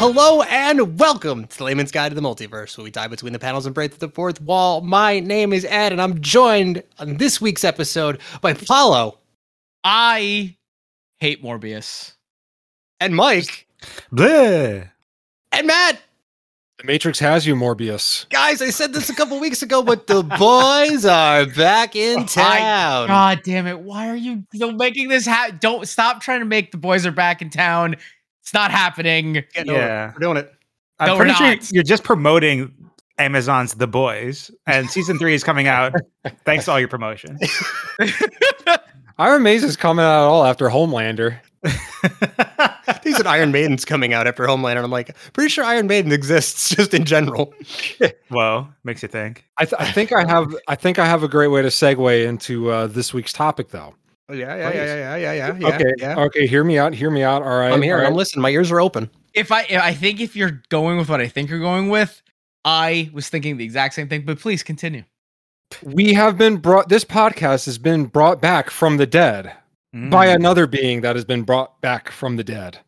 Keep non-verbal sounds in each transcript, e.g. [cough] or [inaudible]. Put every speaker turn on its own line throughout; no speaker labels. Hello and welcome to the Layman's Guide to the Multiverse, where we dive between the panels and break through the fourth wall. My name is Ed, and I'm joined on this week's episode by Paulo
I hate Morbius.
and Mike
Bleh.
and Matt.
The Matrix has you, Morbius.
Guys, I said this a couple weeks ago, but the boys are back in town.
God damn it. Why are you still making this happen? Don't stop trying to make the boys are back in town. It's not happening.
Getting over it.
Yeah.
We're doing it. [laughs]
I'm
No, we're
pretty sure
not.
you're just promoting Amazon's The Boys, and season three is coming out. Thanks to all your promotion.
Iron Maze is coming out at all after Homelander.
He said Iron Maiden's coming out after Homeland, and I'm like, pretty sure Iron Maiden exists just in general.
Whoa, makes you think.
I, th- I think I have. I think I have a great way to segue into uh, this week's topic, though.
Yeah, yeah,
yeah, yeah,
yeah, yeah,
okay. Okay. Hear me out. Hear me out. All right.
I'm here.
all
I'm
right.
listening. My ears are open.
If I I think if you're going with what I think you're going with, I was thinking the exact same thing, but please continue.
we have been brought. This podcast has been brought back from the dead Uh, by
Hmm.
Mm.
another being that has been brought back from the dead,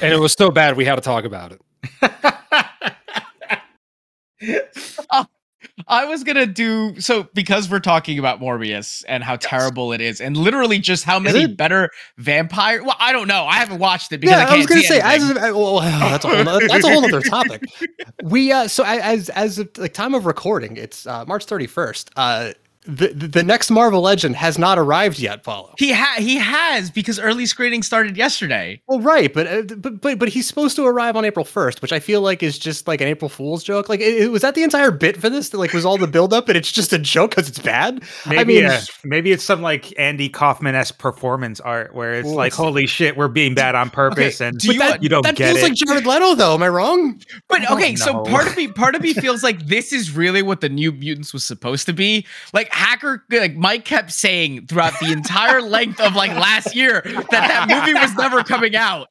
and it was so bad we had to talk about it.
I was gonna do so because we're talking about Morbius and how terrible it is, and literally just how many
it?
better vampire. Well, I don't know. I haven't watched it because I,
yeah,
can't
I, was gonna
see
say
anything.
as of, I- well, that's a whole nother, that's a whole other topic. We uh, so I- as as of like time of recording, it's uh, March 31st. Uh, the the the next Marvel Legend has not arrived yet, Paulo.
He ha- he has because early screening started yesterday.
Well, right, but, uh, but but but he's supposed to arrive on April 1st, which I feel like is just like an April Fool's joke. Like, it, it- was that the entire bit for this? That like was all the buildup, and it's just a joke because it's bad.
Maybe,
I mean,
uh, maybe it's some like Andy Kaufman esque performance art where it's like, holy shit, we're being bad on purpose, and
do
but
you-
that- you don't
that
get
feels
it.
like Jared Leto, though. Am I wrong?
But
don't
okay, so
know.
part of me part of me feels like this is really what the new mutants was supposed to be. Like hacker like Mike kept saying throughout the entire length of like last year that that movie was never coming out.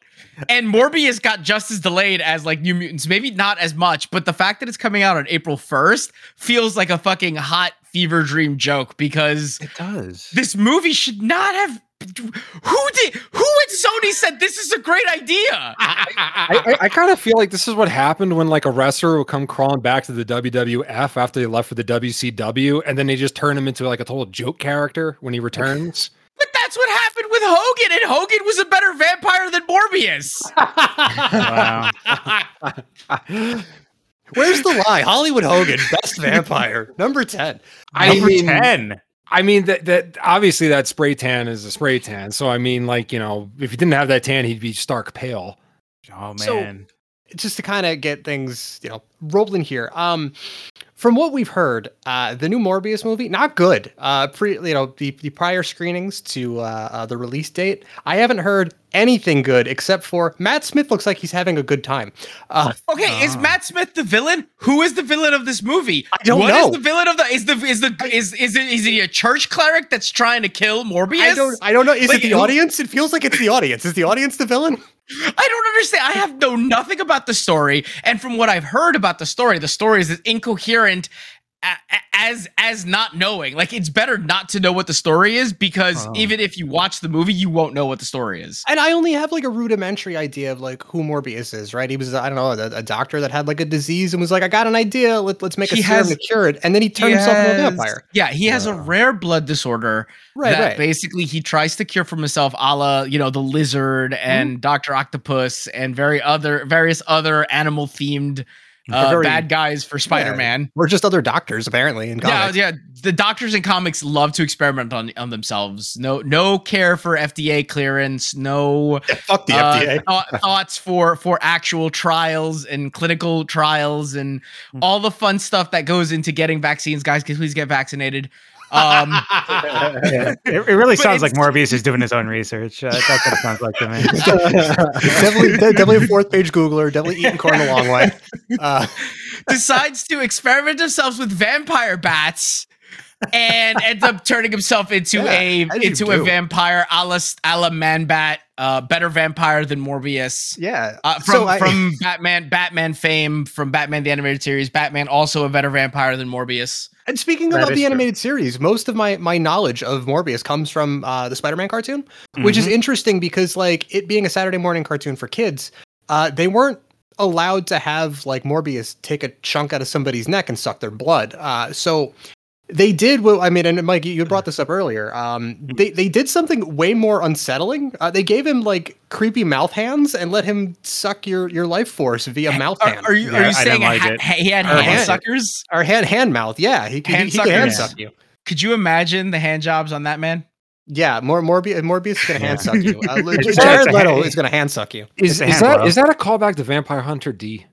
And Morbius got just as delayed as like New Mutants, maybe not as much, but the fact that it's coming out on April 1st feels like a fucking hot fever dream joke because
it does.
this movie should not have who did who at sony said this is a great idea
I, I, I kind of feel like this is what happened when like a wrestler would come crawling back to the WWF after they left for the WCW, and then they just turn him into like a total joke character when he returns.
but that's what happened with hogan and hogan was a better vampire than morbius
wow.
[laughs] Where's the lie? Hollywood Hogan, best vampire, number 10.
I
Number
mean,
10.
I mean that that obviously that spray tan is a spray tan. So I mean, like you know, if he didn't have that tan, he'd be stark pale.
Oh,
So-
man.
Just to kind of get things, you know, rolling here. Um, from what we've heard, uh, the new Morbius movie not good. Uh, pre, you know, the, the prior screenings to uh, uh, the release date, I haven't heard anything good except for Matt Smith looks like he's having a good time. Uh,
okay is matt smith the villain who is the villain of this movie i
don't know.
the villain of the is the is the is is, it, is he a church cleric that's trying to kill morbius
I don't, I don't know. Is
Like,
it the
who-
audience? It feels like it's the audience. Is the audience the villain?
I don't understand. I have know nothing about the story, and from what I've heard about the story, the story is as incoherent a- a- as as not knowing. Like it's better not to know what the story is because
Oh.
even if you watch the movie, you won't know what the story is.
And I only have like a rudimentary idea of like who Morbius is, right? He was, I don't know, a, a doctor that had like a disease and was like, I got an idea. Let, let's make a
He
serum
has-
to cure it. And then he turned himself into a vampire.
Yeah, he has a
Yeah.
rare blood disorder
Right,
that
right.
basically he tries to cure from himself, a la you know the lizard
Mm-hmm.
and Doctor Octopus and very other various other animal themed uh,
Very-
bad guys for Spider Man.
We're just other doctors, apparently, in comics.
Yeah, yeah. The doctors in comics love to experiment on, on themselves. No, no care for FDA clearance. No
[laughs] Fuck the
uh, [laughs]
FDA.
thou- thoughts for for actual trials and clinical trials and all the fun stuff that goes into getting vaccines. Guys, can please get vaccinated.
[laughs]
Um,
Yeah. It, it really
But
sounds like
it's-
Morbius is doing his own research. Uh, that's what it sounds like to me.
definitely, de- definitely a fourth page Googler. Definitely eating corn the long way. Uh,
decides to experiment themselves with vampire bats. and ends up turning himself into
Yeah,
a
as you
into a
do.
vampire, a la, a la Man Bat, uh, better vampire than Morbius.
Yeah.
Uh, from
So I-
from Batman, Batman fame, from Batman the animated series, Batman also a better vampire than Morbius.
And speaking
That
about
is
the
true.
animated series, most of my my knowledge of Morbius comes from uh, the Spider-Man cartoon, which
Mm-hmm.
is interesting because like it being a Saturday morning cartoon for kids, uh, they weren't allowed to have like Morbius take a chunk out of somebody's neck and suck their blood. Uh, so they did what I mean, and Mike, you you brought this up earlier. Um, they they did something way more unsettling. Uh, they gave him like creepy mouth hands and let him suck your your life force via mouth
Are,
hand
are you
Yeah,
are
I
you saying
didn't like
ha-
it.
ha- he had
Or
hand,
hand.
suckers?
or hand hand mouth. Yeah, he, could-
Hand
he, he could hand
suckers.
suck you.
Could you imagine the hand jobs on that man?
Yeah, more Morbius. Morbius is gonna hand suck you.
[laughs]
Uh,
It's
legit-
just
Jared
a
Leto
hand-
is gonna hand suck you.
Is,
a
is
hand
that
glove.
is that a callback to Vampire Hunter D?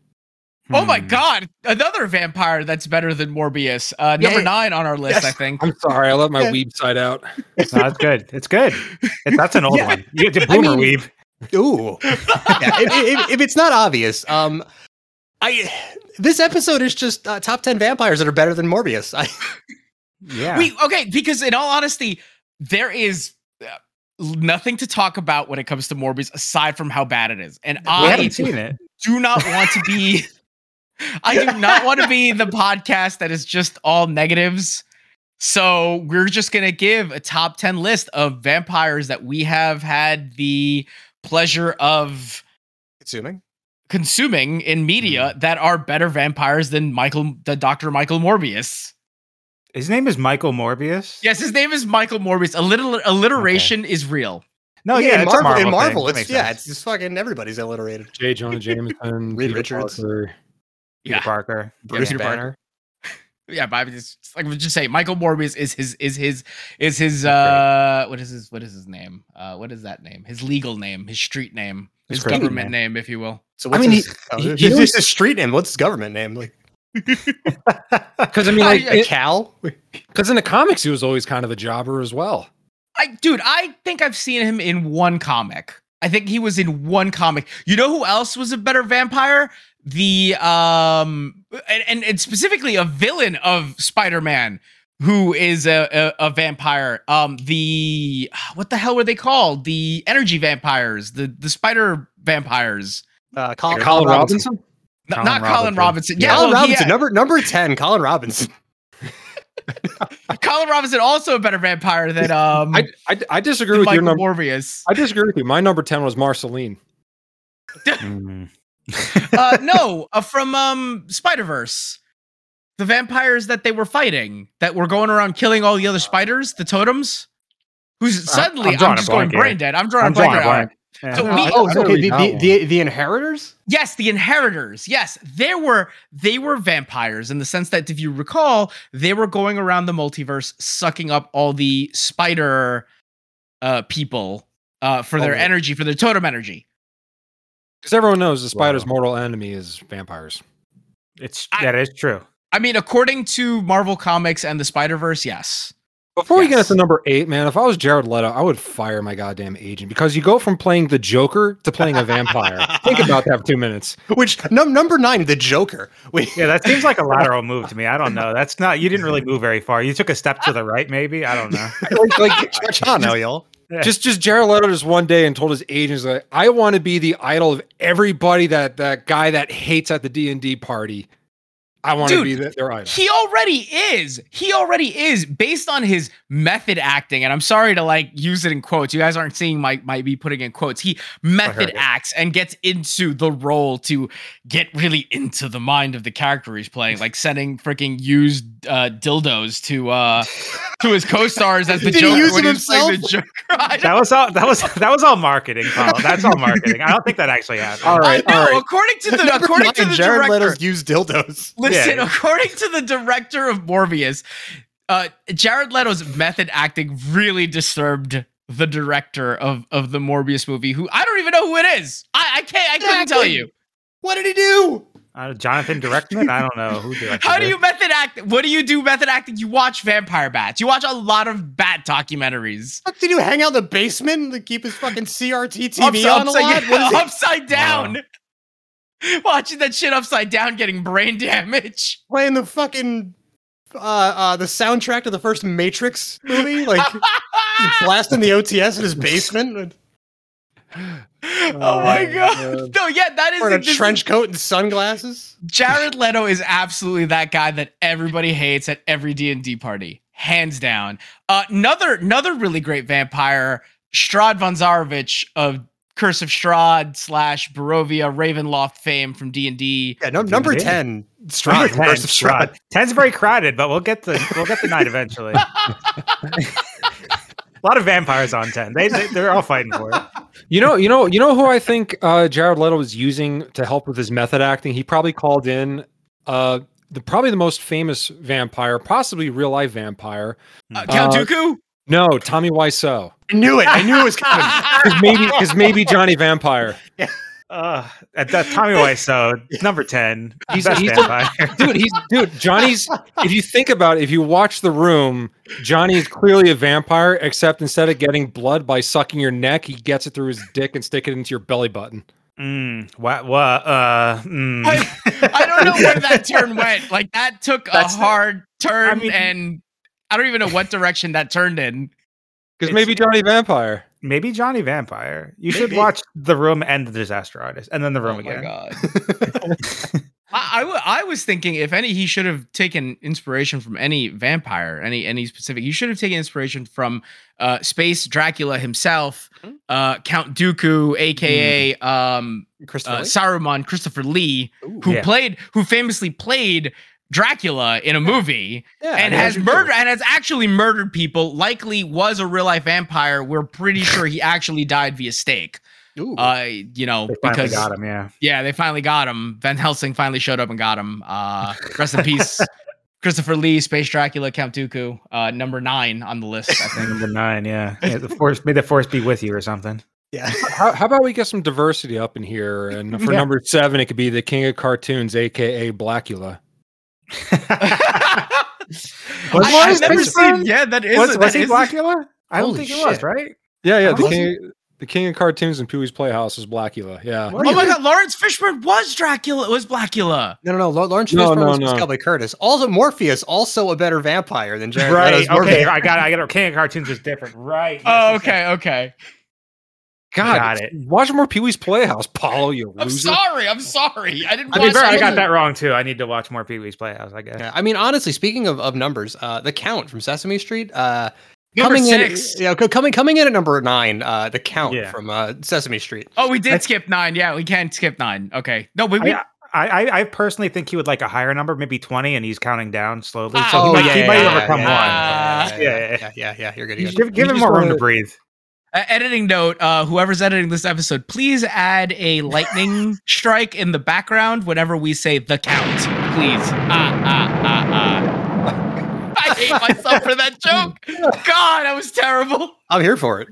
Oh my
Hmm.
God! Another vampire that's better than Morbius. Uh, number
Yeah.
nine on our list,
Yes. Oh,
I think.
I'm sorry, I let my
Yeah.
weeb side out.
No, that's good. It's good. It- that's an old
Yeah.
one. You did
I
boomer
mean-
weave.
Ooh, Yeah, if, if- if it's not obvious, um, I this episode is just uh, top ten vampires that are better than Morbius. I, [laughs]
Yeah.
We okay because in all honesty, there is uh, nothing to talk about when it comes to Morbius aside from how bad it is, and
We
I
haven't seen it.
do not want to be. I do not want to be [laughs] the podcast that is just all negatives. So we're just gonna give a top ten list of vampires that we have had the pleasure of
assuming
consuming in media that are better vampires than Michael, the Doctor Michael Morbius.
His name is Michael Morbius.
Yes, his name is Michael Morbius. A little alliteration is real.
No, Oh, yeah,
in
it's a
Marvel, in
thing.
Marvel
That
it's
makes
yeah,
sense.
it's just fucking everybody's alliterated.
J. Jonah
[laughs]
Jameson,
Reed
Peter
Richards.
Parker.
Peter
Yeah.
Parker.
Bruce
Peter Parker.
Banner.
Yeah, but I just like we just say Michael Morbius is his is his is his uh what is his what is his name? Uh what is that name? His legal name, his street name,
His
his
crazy
government name. if you will.
So
I
what's
mean,
his, oh,
he-
it's
he
just
was-
his street name? What's his government name? Like
Because I mean,
I-
like,
I-
a Cal?
because in the comics he was always kind of a jobber as well.
I dude, I think I've seen him in one comic. I think he was in one comic. You know who else was a better vampire? The um and and, and specifically a villain of Spider-Man who is a, a a vampire. Um the what the hell were they called? The energy vampires, the the spider vampires.
Uh, Colin, oh,
Colin Robinson.
N-
Colin
not Colin
Robinson.
Robinson. Yeah,
Colin
well, he-
Robinson, number number ten. Colin Robinson.
Colin Robinson also a better vampire than um
I, I I disagree
than
with your
Michael
number.
Morbius.
I disagree with you. My number ten was Marceline.
Mm.
uh, no, uh, from um, Spider Verse, the vampires that they were fighting, that were going around killing all the other spiders, the totems. Who's
I'm-
suddenly?
Uh, I'm
I'm,
drawing a
just going
blank here.
brain dead. I'm drawing
I'm
a blank.
drawing a
right now.
blank. Yeah.
So
I-
we,
I
Oh,
don't
okay.
really
The,
know
the, the the inheritors.
Yes, the inheritors. Yes, there were they were vampires in the sense that if you recall, they were going around the multiverse sucking up all the spider uh people uh for their
Oh.
energy, for their totem energy.
Because everyone knows the spider's
Wow.
mortal enemy is vampires.
It's
I-
that is true.
I mean, according to Marvel Comics and the Spider-Verse, yes.
Before we get
Yes.
into number eight, man, if I was Jared Leto, I would fire my goddamn agent because you go from playing the Joker to playing a vampire.
[laughs]
Think about that for two minutes.
Which num- number nine? The Joker. We,
Yeah, that seems like a lateral move to me. I don't know. That's not. You didn't really move very far. You took a step to the right, maybe. I don't know.
[laughs]
Like, like
I know y'all.
just just Jared Leto just one day and told his agents like, I want to be the idol of everybody that that guy that hates at the D and D party. I want to
Dude,
be the, their idol.
He already is. He already is based on his method acting. And I'm sorry to like use it in quotes. You guys aren't seeing my might be putting in quotes. He method
it.
acts and gets into the role to get really into the mind of the character he's playing, like sending freaking used uh, dildos to uh to his co-stars as the
Did he
Joker
use
when
it
was playing the Joker. I
That was all. That was that was all marketing. Paul. That's all marketing. I don't think that actually happened.
All
I
right,
know,
all right.
according
[laughs]
to the
Number
according to
nine,
the
Jared
director,
Leto's used dildos.
Listen,
Yeah.
according to the director of Morbius, uh, Jared Leto's method acting really disturbed the director of, of the Morbius movie, who I don't even know who it is. I, I can't, I couldn't tell
Exactly.
you.
What did he do?
Uh, Jonathan Directman. I don't know who directed.
How do
it.
you method act? What do you do method acting? You watch vampire bats. You watch a lot of bat documentaries.
What did he do? Hang out in the basement to keep his fucking CRT TV
Ups-
on a
upside,
lot?
[laughs] yeah,
What is he
upside down. Watching that shit upside down, getting brain damage.
playing the fucking uh, uh, the soundtrack to the first Matrix movie, like
[laughs]
[laughs] blasting the OTS in his basement
oh my god. No, yeah, that is
or in a
this is-
trench coat and sunglasses.
Jared Leto is absolutely that guy that everybody hates at every D&D party, hands down. Uh, another another really great vampire, Strad von Zarovich of Curse of Strahd slash Barovia Ravenloft fame from D&D.
Yeah, no, number
Indeed.
ten,
Number
Strahd
10,
versus Strahd.
Strahd. Ten's very crowded, but we'll get the we'll get the
[laughs]
night eventually. A lot of vampires on ten. They, they they're all fighting for it.
You know, you know, you know who I think uh, Jared Leto was using to help with his method acting. He probably called in uh, the probably the most famous vampire, possibly real life vampire.
Uh, Count
Uh,
[laughs]
Dooku? [laughs]
No, Tommy Wiseau.
I knew it. I knew it was coming.
[laughs] Because maybe, 'cause maybe Johnny Vampire.
Uh, at that Tommy Wiseau, number ten,
He's-
best
he's-
vampire.
Dude, he's dude. Johnny's. If you think about it, if you watch The Room, Johnny is clearly a vampire. Except instead of getting blood by sucking your neck, he gets it through his dick and stick it into your belly button.
Mm, what? What? Uh, mm.
I, I don't know where that turn went. Like that took
That's
a
the-
hard turn
I mean-
and I don't even know what direction that turned in.
Because
It's-
maybe Johnny Vampire.
Maybe Johnny Vampire. You should
Maybe.
watch The Room and The Disaster Artist, and then The Room
oh
again.
my god. I, I, w- I was thinking if any he should have taken inspiration from any vampire any any specific he should have taken inspiration from uh space dracula himself
Hmm.
uh count dooku aka
Hmm.
um
Christopher
uh,
Lee?
saruman christopher lee
Ooh.
who
Yeah.
played who famously played dracula in a movie
Yeah,
and
I
has
mean,
murdered and has actually murdered people likely was a real life vampire we're pretty sure he actually died via stake
Ooh.
uh you know
They finally
because
got him. Yeah.
yeah, they finally got him. Van Helsing finally showed up and got him. Uh, rest in
[laughs]
peace, Christopher Lee, Space Dracula, Count Dooku, uh, number nine on the list. I [laughs] think.
Number nine, yeah. yeah the force, may the force be with you, or something.
yeah.
How, how about we get some diversity up in here?
[laughs]
And for
Yeah.
number seven, it could be the King of Cartoons, aka Blackula.
Was
I, have
Lawrence
never
Fishburne?
seen. Yeah, that is.
was, was
that
he
is-
Blackula? I don't
Holy
think it was,
shit.
right?
Yeah, yeah. The
Was
king, the king of Cartoons and Pee Wee's Playhouse is Blackula. Yeah.
Oh my God, Lawrence Fishburne was Dracula. Was Blackula?
No, no, no. Lau- Lawrence
No,
Fishburne
no,
was
no.
Scully Curtis. Also, Morpheus, also a better vampire than Jared
Right.
Leto's
Okay.
Morpheus.
I got. It, I got. It. King of Cartoons is different. Right.
Oh,
yes, yes, yes.
okay, okay.
God,
Got it.
watch more Pee Wee's Playhouse, Paulo. You
I'm
loser. [laughs]
sorry. I'm sorry. I didn't.
To be
watch
fair, I
all
got
of
that wrong too. I need to watch more Pee Wee's Playhouse. I guess.
Yeah, I mean, honestly, speaking of, of numbers, uh, the Count from Sesame Street, uh,
Number
coming
six.
in, yeah, co- coming coming in at number nine, uh, the Count
Yeah.
from uh, Sesame Street.
Oh, we did skip nine. Yeah, we can skip nine. Okay. No, but we.
I, I, I- I personally think he would like a higher number, maybe twenty, and he's counting down slowly.
Ah,
So
Oh,
he might,
yeah,
he might
yeah,
overcome
yeah, yeah.
Yeah,
one.
yeah,
Yeah,
yeah,
yeah.
yeah, yeah, yeah, You're good.
You
You're good.
Give, give
You
him
just
more room
wanna-
to breathe.
Uh, editing note: uh, Whoever's editing this episode, please add
[laughs]
a lightning strike in the background whenever we say the count. Please. Ah ah ah ah. I hate myself for that joke. God, that was terrible.
I'm here for it.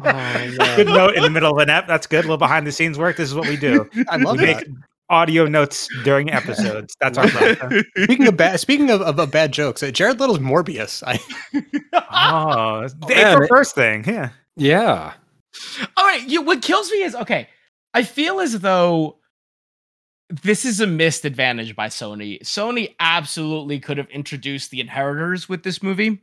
Oh,
Good note in the middle of an app. That's good. A little behind the scenes work. This is what we do.
I
We
love
make
that.
audio notes during episodes. That's our plan.
Speaking of bad, speaking of, of, of bad jokes, uh, Jared Little's Morbius. I,
Oh, the
man,
April
it-
first thing. Yeah.
Yeah.
All right. You, what kills me is okay. I feel as though this is a missed advantage by Sony. Sony absolutely could have introduced the inheritors with this movie.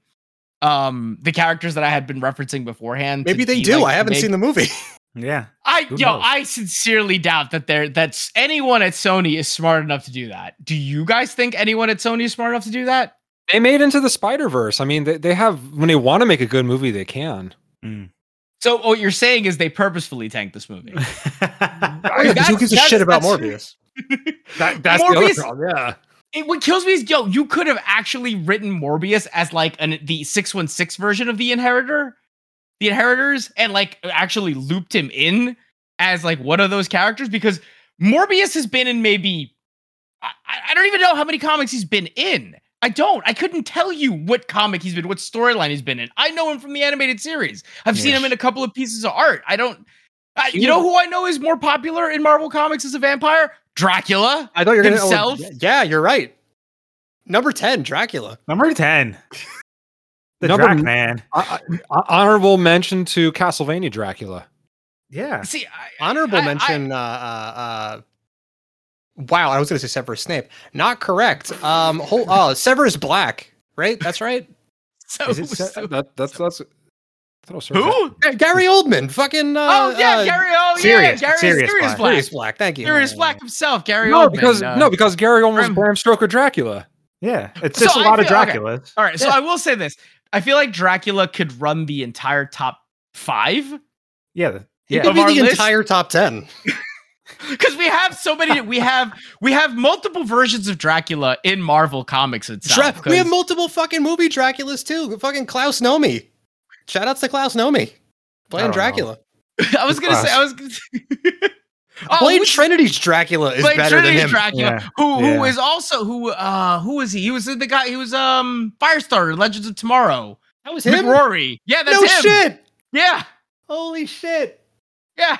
Um, the characters that I had been referencing beforehand. to
maybe they
be,
do.
like,
I haven't
make-
seen the movie.
Yeah.
I
Who
yo,
knows?
I sincerely doubt that there that's anyone at Sony is smart enough to do that. Do you guys think anyone at Sony is smart enough to do that?
They made into the Spider Verse. I mean, they, they have when they want to make a good movie, they can.
So what you're saying is they purposefully tanked this movie.
[laughs] Oh, yeah, 'cause who
that's-
gives a
that's-
shit about
that's-
Morbius?
[laughs]
That,
that's the other Morbius-
problem. Yeah.
It- what kills me is yo, you could have actually written Morbius as like an the 616 version of the inheritor, the inheritors, and like actually looped him in as like one of those characters because Morbius has been in maybe I, I- I don't even know how many comics he's been in. I don't. I couldn't tell you what comic he's been, what storyline he's been in. I know him from the animated series. I've seen
Yeah.
him in a couple of pieces of art. I don't. I,
He
you know who I know is more popular in Marvel comics as a vampire? Dracula.
I thought you were gonna- oh,
Himself?
yeah, you're right. Number ten, Dracula.
Number ten. The
Number-
Drac Man.
I, I, honorable mention to
[laughs]
Castlevania Dracula.
Yeah.
See, I,
Honorable
I- I-
mention. uh, uh, uh, Wow, I was going to say Severus Snape. Not correct. Um, whole, oh, Severus Black, right? That's right.
[laughs] So,
Is it Se-
uh,
so-
that, that's that's. I thought it was Sir Jack.
who?
Yeah, Gary Oldman, fucking. Uh,
oh yeah,
uh,
Gary. Oh
Sirius,
yeah, Gary.
Sirius, Black.
Black.
Sirius Black. Thank you.
Sirius Black himself. Gary.
No,
Oldman,
because
uh,
no, because Gary almost
Grim.
Bram Stoker Dracula.
Yeah, it's
So
just a
I
lot of
feel- okay.
Dracula.
All right, so I will say this: I feel like Dracula could run the entire top five [laughs]
Yeah, the-
He
yeah.
could
Of
be
our
the
list-
entire top ten.
because we have so many. we have we have multiple versions of Dracula in Marvel comics
Dra-
itself.
we have
'cause-
multiple fucking movie Draculas too. Fucking Klaus Nomi. Shout outs to Klaus Nomi.
I
Playing
don't
Dracula.
[laughs] I was gonna say. I was. Gonna [laughs] oh,
Playing
who's-
Trinity's Dracula is
Blade
better
Trinity
than him.
Dracula,
Yeah.
who who
Yeah.
is also who uh who was he? He was the guy. He was um Firestarter, Legends of Tomorrow.
that was him.
McRory. Yeah, that's
no
him.
shit.
Yeah,
Holy shit.
yeah.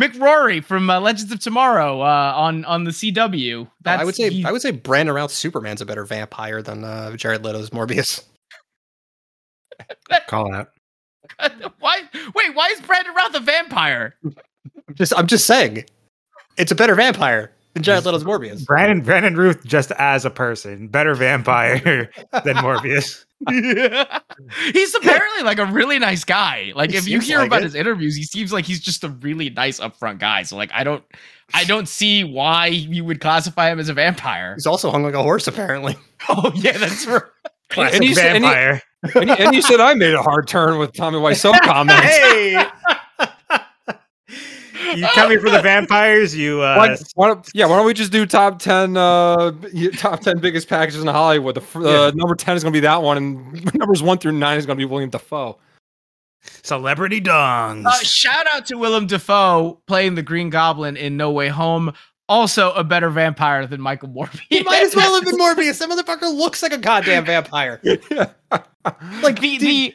McRory from uh, Legends of Tomorrow uh, on on the CW. That's,
Oh, I would say
he-
I would say Brandon Routh Superman's a better vampire than uh, Jared Leto's Morbius. [laughs]
Call out.
[laughs] why? Wait, why is Brandon Routh a vampire?
I'm just I'm just saying, it's a better vampire than Jared Leto's Morbius.
Brandon Brandon Ruth just as a person,
[laughs]
better vampire than Morbius.
[laughs]
he's apparently like a really nice guy. Like
He
if you
seems
hear
like
about
it.
his interviews, he seems like he's just a really nice upfront guy. So like I don't I don't see why you would classify him as a
[laughs]
vampire.
He's also hung like a horse, apparently.
Oh yeah, that's right.
Classic
And you said- and you-
vampire.
And you, and you said I made a hard turn with Tommy
[laughs]
Wiseau comments.
Hey,
[laughs] You coming for the vampires? You uh,
Why, why don't, yeah, why don't we just do top ten, uh, y- top ten biggest packages in Hollywood? The fr- uh, number ten is going to be that one, and [laughs] numbers one through nine is going to be William Defoe.
celebrity dongs.
Uh, shout out to Willem Dafoe playing the Green Goblin in No Way Home. Also a better vampire than Michael Morbius.
[laughs] he might as well have [laughs] been Morbius. That motherfucker looks like a goddamn [laughs] vampire.
like [laughs] the, the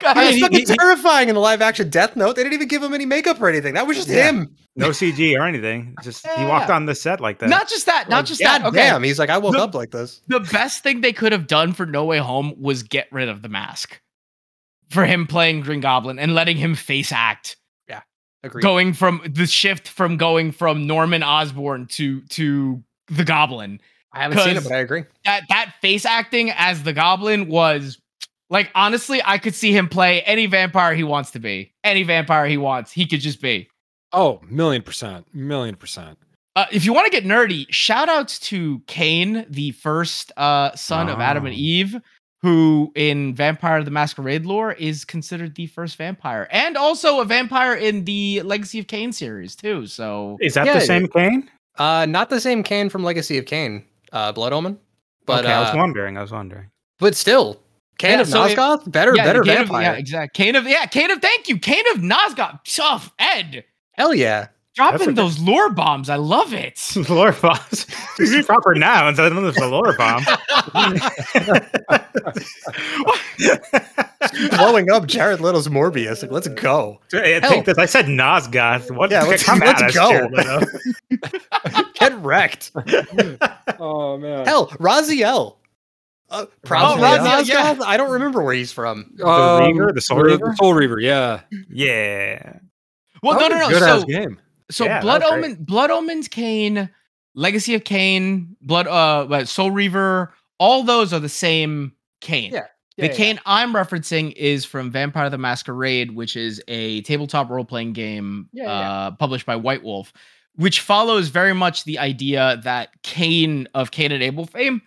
God,
He was
he-
fucking
he-
terrifying in the live action Death Note. They didn't even give him any makeup or anything. That was just
Yeah.
him.
no CG or anything. Just he walked
Yeah.
on the set like that.
not just that, not
Like,
just
God
that. Okay.
damn. He's like, I woke
The-
up like this.
the best thing they could have done for No Way Home was get rid of the mask for him playing Green Goblin and letting him face act.
Agreed.
Going from the shift from going from Norman Osborn to to the Goblin.
I haven't seen it,
'cause-
but I agree.
That that face acting as the Goblin was like honestly, I could see him play any vampire he wants to be. Any vampire he wants, he could just be.
Oh, million percent,
[laughs]
million percent.
Uh, if you want to get nerdy, shout outs to Cain, the first uh, son of Adam and
Oh.
Eve, who in Vampire the Masquerade lore is considered the first vampire and also a vampire in the Legacy of Cain series, too. So,
Is that
Yeah.
the same cane?
Uh, not the same Kane from Legacy of Kane, uh, Blood Omen, but
okay, I was
uh,
wondering. I was wondering. [laughs]
but still, Kane
Yeah,
of
so it-
Nosgoth, better
yeah,
better
Cain of-
vampire.
yeah, exactly. Cain of, yeah, Cain of, thank you. Cain of Nazgul. Tough, Ed.
Hell yeah.
That's a-
Dropping those lore bombs. I love it.
Lore bombs. These are proper nouns. I don't know if it's a lore bomb. [laughs]
blowing up Jared Little's Morbius. Like, let's go.
I
Hell.
think this. I said Nosgoth. What?
Yeah, let's-
come
let's
at us,
go. [laughs]
Jared Leto.
Get [laughs] wrecked.
Oh man.
Hell, Raziel. Uh,
Oh,
probably oh,
Raziel, yeah.
I don't remember where he's from.
the
Reaver, the Soul Reaver?
um, Soul Reaver, yeah.
Yeah.
Well, no,
That
no, no.
was a Good
So,
ass game.
So
Yeah, that
Blood
was great.
Omen, Blood Omen's Kane, Legacy of Kane, Blood uh what, Soul Reaver, all those are the same Kane.
Yeah,
the Kane I'm referencing is from Vampire the Masquerade, which is a tabletop role-playing game
Yeah, yeah, yeah.
uh, published by White Wolf, which follows very much the idea that Kane of Cain and Abel fame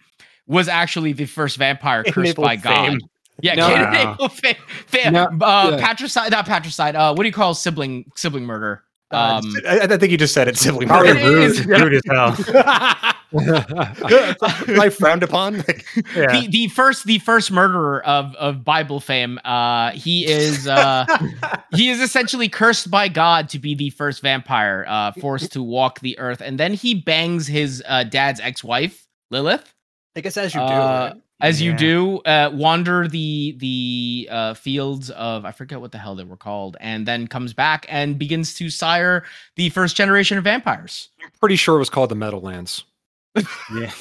was actually the first vampire
Cain and
cursed
Abel
by God.
fame.
Yeah,
No.
Cain and
Wow.
Abel fame. fam-
No,
uh,
yeah.
Patricide, not patricide. Uh, what do you call sibling sibling murder? Um,
Uh, I, I think you just said it, sibling.
Probably
murder.
rude.
It's [laughs] rude as hell.
[laughs]
[laughs] Like frowned upon. [laughs] Like,
Yeah.
the, the first the first murderer of of Bible fame. Uh, he is
[laughs]
uh, he is essentially cursed by God to be the first vampire uh, forced to walk the earth, and then he bangs his uh, dad's ex wife Lilith.
I guess as you do.
Uh,
right?
As you
Yeah.
do, uh, wander the the uh, fields of I forget what the hell they were called, and then comes back and begins to sire the first generation of
[laughs]
vampires.
Pretty sure it was called the Meadowlands.
Yeah.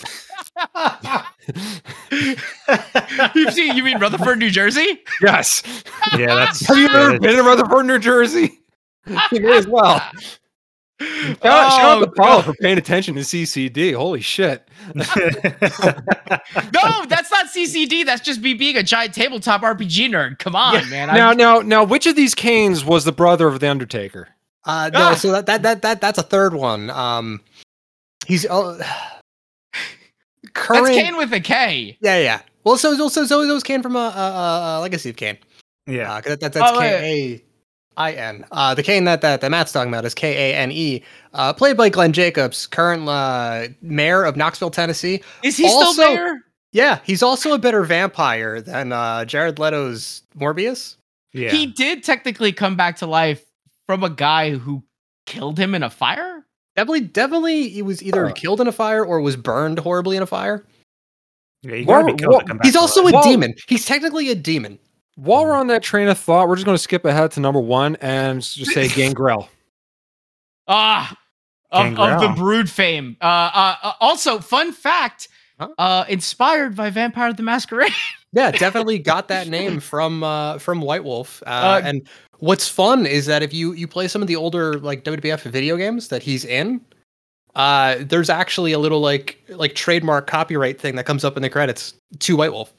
you see, you mean Rutherford, New Jersey?
Yes.
Yeah, that's
[laughs] Have you
that
ever
is-
[laughs]
[laughs]
Oh,
been to Rutherford, New Jersey? You may as well. Shout, out to Paul for paying attention to CCD. Holy shit.
[laughs]
No, that's not CCD. That's just me being a giant tabletop RPG nerd. Come on, man.
Now,
I'm-
now, now, which of these Canes was the brother of the Undertaker?
Uh, no,
Ah!
so that, that that that that's a third one. Um, he's [sighs] uh, current.
that's Kane with a K.
Yeah, yeah. Well, so so so so those Kane from a uh, uh, uh, Legacy of Kane.
yeah.
Uh, 'cause that, that, that's
Oh, yeah.
K A I N. Uh, the Kane that, that that Matt's talking about is K A N E. Uh, played by Glenn Jacobs, current uh, mayor of Knoxville, Tennessee.
Is he
Also-
still there?
Yeah, he's also a better vampire than uh, Jared Leto's Morbius.
yeah.
He did technically come back to life from a guy who killed him in a fire.
Definitely, definitely, he was either
Huh.
killed in a fire or was burned horribly in a fire.
yeah you gotta be
Whoa,
killed
whoa.
to come back
He's
to
also
life.
a
Whoa.
demon. He's technically a demon.
While we're on that train of thought, we're just going to skip ahead to number one and just say Gangrel.
Ah, of, of the
Gangrel.
Brood fame. Uh, uh, uh, also, fun fact.
Huh?
Uh, inspired by Vampire the Masquerade. [laughs]
Yeah, definitely got that name from uh, from White Wolf. Uh,
Uh,
and what's fun is that if you you play some of the older like WWF video games that he's in, uh, there's actually a little like like trademark copyright thing that comes up in the credits to White Wolf.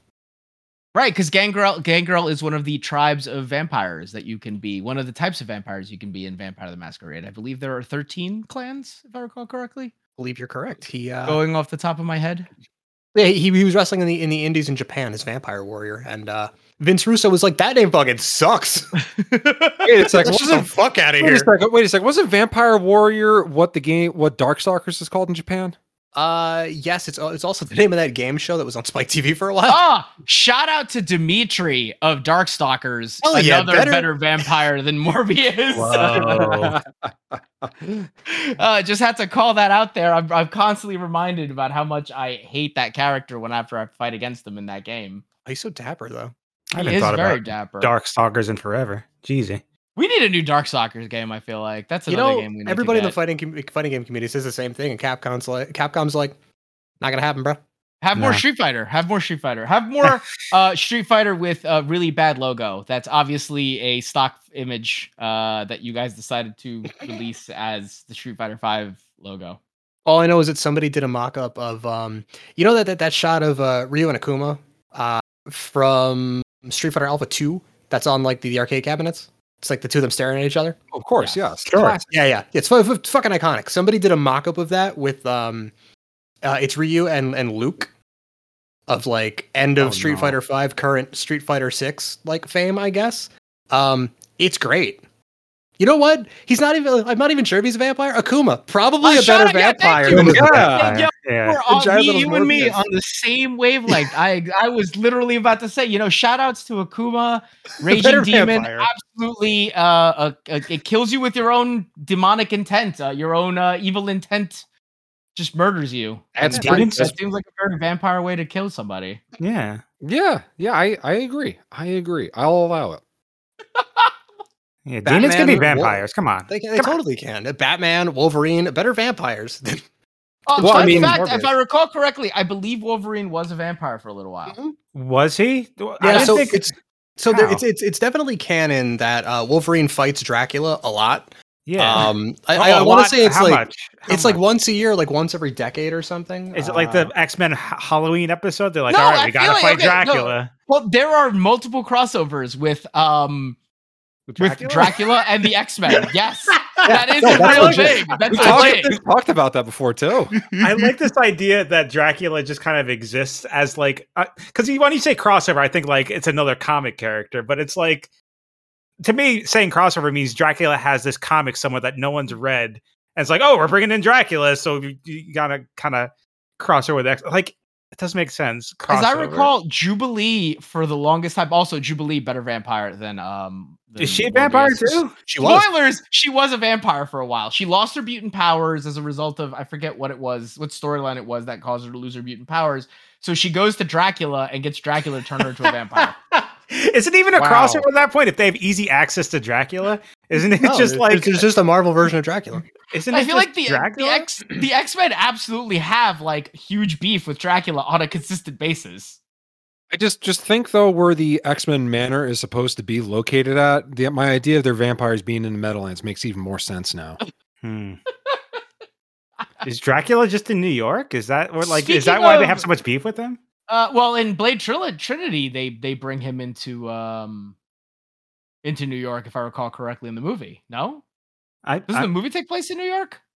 Right, because Gangrel Gangrel is one of the tribes of vampires that you can be, one of the types of vampires you can be in Vampire the Masquerade. I believe there are 13 clans, if I recall correctly.
I believe you're correct. He uh,
Going off the top of my head.
yeah, he he was wrestling in the in the Indies in Japan as Vampire Warrior, and uh, Vince Russo was like, "That name fucking sucks.
Wait a second.
Let's
What
just
the
the fuck out of
Wait a
here."
second. Wait a second. Wasn't Vampire Warrior what the game, what Darkstalkers is called in Japan?
Uh, yes, it's al- it's also the name of that game show that was on Spike TV for a while.
[laughs] Ah, shout out to Dimitri of Darkstalkers.
Hell yeah,
another
better-
better. vampire than Morbius.
Whoa.
[laughs] uh, just had to call that out there. I'm, I'm constantly reminded about how much I hate that character when after I fight against him in that game.
He's so dapper though.
He
I haven't
is
thought
very
about
dapper.
Darkstalkers in forever. Jeezy.
We need a new Darkstalkers game. I feel like that's another game we need.
everybody
to
in the
get.
fighting com- fighting game community says the same thing, and Capcom's like, Capcom's like, not gonna happen, bro.
have more
Nah.
Street Fighter. Have more Street Fighter. Have more uh, Street Fighter with a really bad logo. That's obviously a stock image uh, that you guys decided to release as the Street Fighter Five logo.
All I know is that somebody did a mock up of, um, you know that that, that shot of uh, Ryu and Akuma uh, from Street Fighter Alpha Two that's on like the, the arcade cabinets. It's like the two of them staring at each other.
Of course,
Yeah.
yes.
Sure.
Classic.
Yeah, yeah, it's, fu- fu- it's fucking iconic. Somebody did a mock up of that with, um, uh, it's Ryu and and Luke. Of like end of
Oh,
Street
no.
Fighter Five, current Street Fighter Six like fame, I guess. Um, it's great. You know what? He's not even. I'm not even sure if he's a vampire. Akuma, probably
Oh,
a
shut
better
up, yeah, thank
vampire.
you.
than-
Yeah,
Yeah.
yeah,
yeah.
We're all,
giant
me,
little
you and me
Morbius.
on the same
[laughs]
wavelength. I I was literally about to say, you know, shout outs to
[laughs]
Akuma, Raging
Better
Demon.
vampire.
Absolutely, uh, uh, uh, it kills you with your own demonic intent, uh, your own uh, evil intent. Just murders you. And
That's
that-
pretty-
that seems like a very vampire way to kill somebody.
Yeah.
Yeah. Yeah. I, I agree. I agree. I'll allow it.
Yeah. Demons can be
Batman, Wolf-
vampires. Come on.
They, can, they totally can. Batman, Wolverine, better vampires. than-
Oh,
Well, I
fun
mean-
fact, if I recall correctly, I believe Wolverine was a vampire for a little
Mm-hmm.
while.
Was he? Yeah,
yeah, so it's so there,
How?
it's it's it's definitely canon that uh, Wolverine fights Dracula a lot.
yeah.
Um, I,
Oh,
I,
a
want
lot?
to say it's
How
like
much? How
it's like
much?
once a year, like once every decade or something.
Is it like
Uh,
the X Men Halloween episode? They're like,
No,
all right,
I
we gotta
feel like-
fight
okay, no.
Dracula.
Well, there are multiple crossovers with um with Dracula and the X
[laughs]
Men. Yes, that is
No,
a
that's
real
legit.
thing. That's
We
a thing.
talked, we talked about that before, too.
I like this idea that Dracula just kind of exists as like, because when you say crossover, I think like it's another comic character, but it's like, to me, saying crossover means Dracula has this comic somewhere that no one's read, and it's like, oh, we're bringing in Dracula, so you, you gotta kind of crossover with X. Like, it doesn't make sense.
As I
crossover.
recall, Jubilee for the longest time. Also, Jubilee better vampire than um. Than
is she a
Morbius.
vampire too?
she was.
[laughs] Spoilers: She was a vampire for a while. She lost her mutant powers as a result of I forget what it was, what storyline it was that caused her to lose her mutant powers. So she goes to Dracula and gets Dracula to turn her into a
[laughs]
vampire.
Is it even a
Wow.
crossover at that point? If they have easy access to Dracula, isn't it
No,
just
there's-
like
there's just a Marvel version of Dracula.
Isn't
I
it
feel
just
like the
Dracula?
the X the X Men absolutely have like huge beef with Dracula on a consistent basis.
I just just think though where the X Men Manor is supposed to Oh, be located at. The, my idea of their vampires being in the Meadowlands makes even more sense now.
[laughs]
Hmm. Is Dracula just in New York? Is that what like is that
Speaking
why they
of-
have so much beef with him?
Uh, well, in Blade Tril- Trinity, they they bring him into um into New York, if I recall correctly, in the movie. No,
I,
doesn't
I-
the movie take place in New York?
[laughs]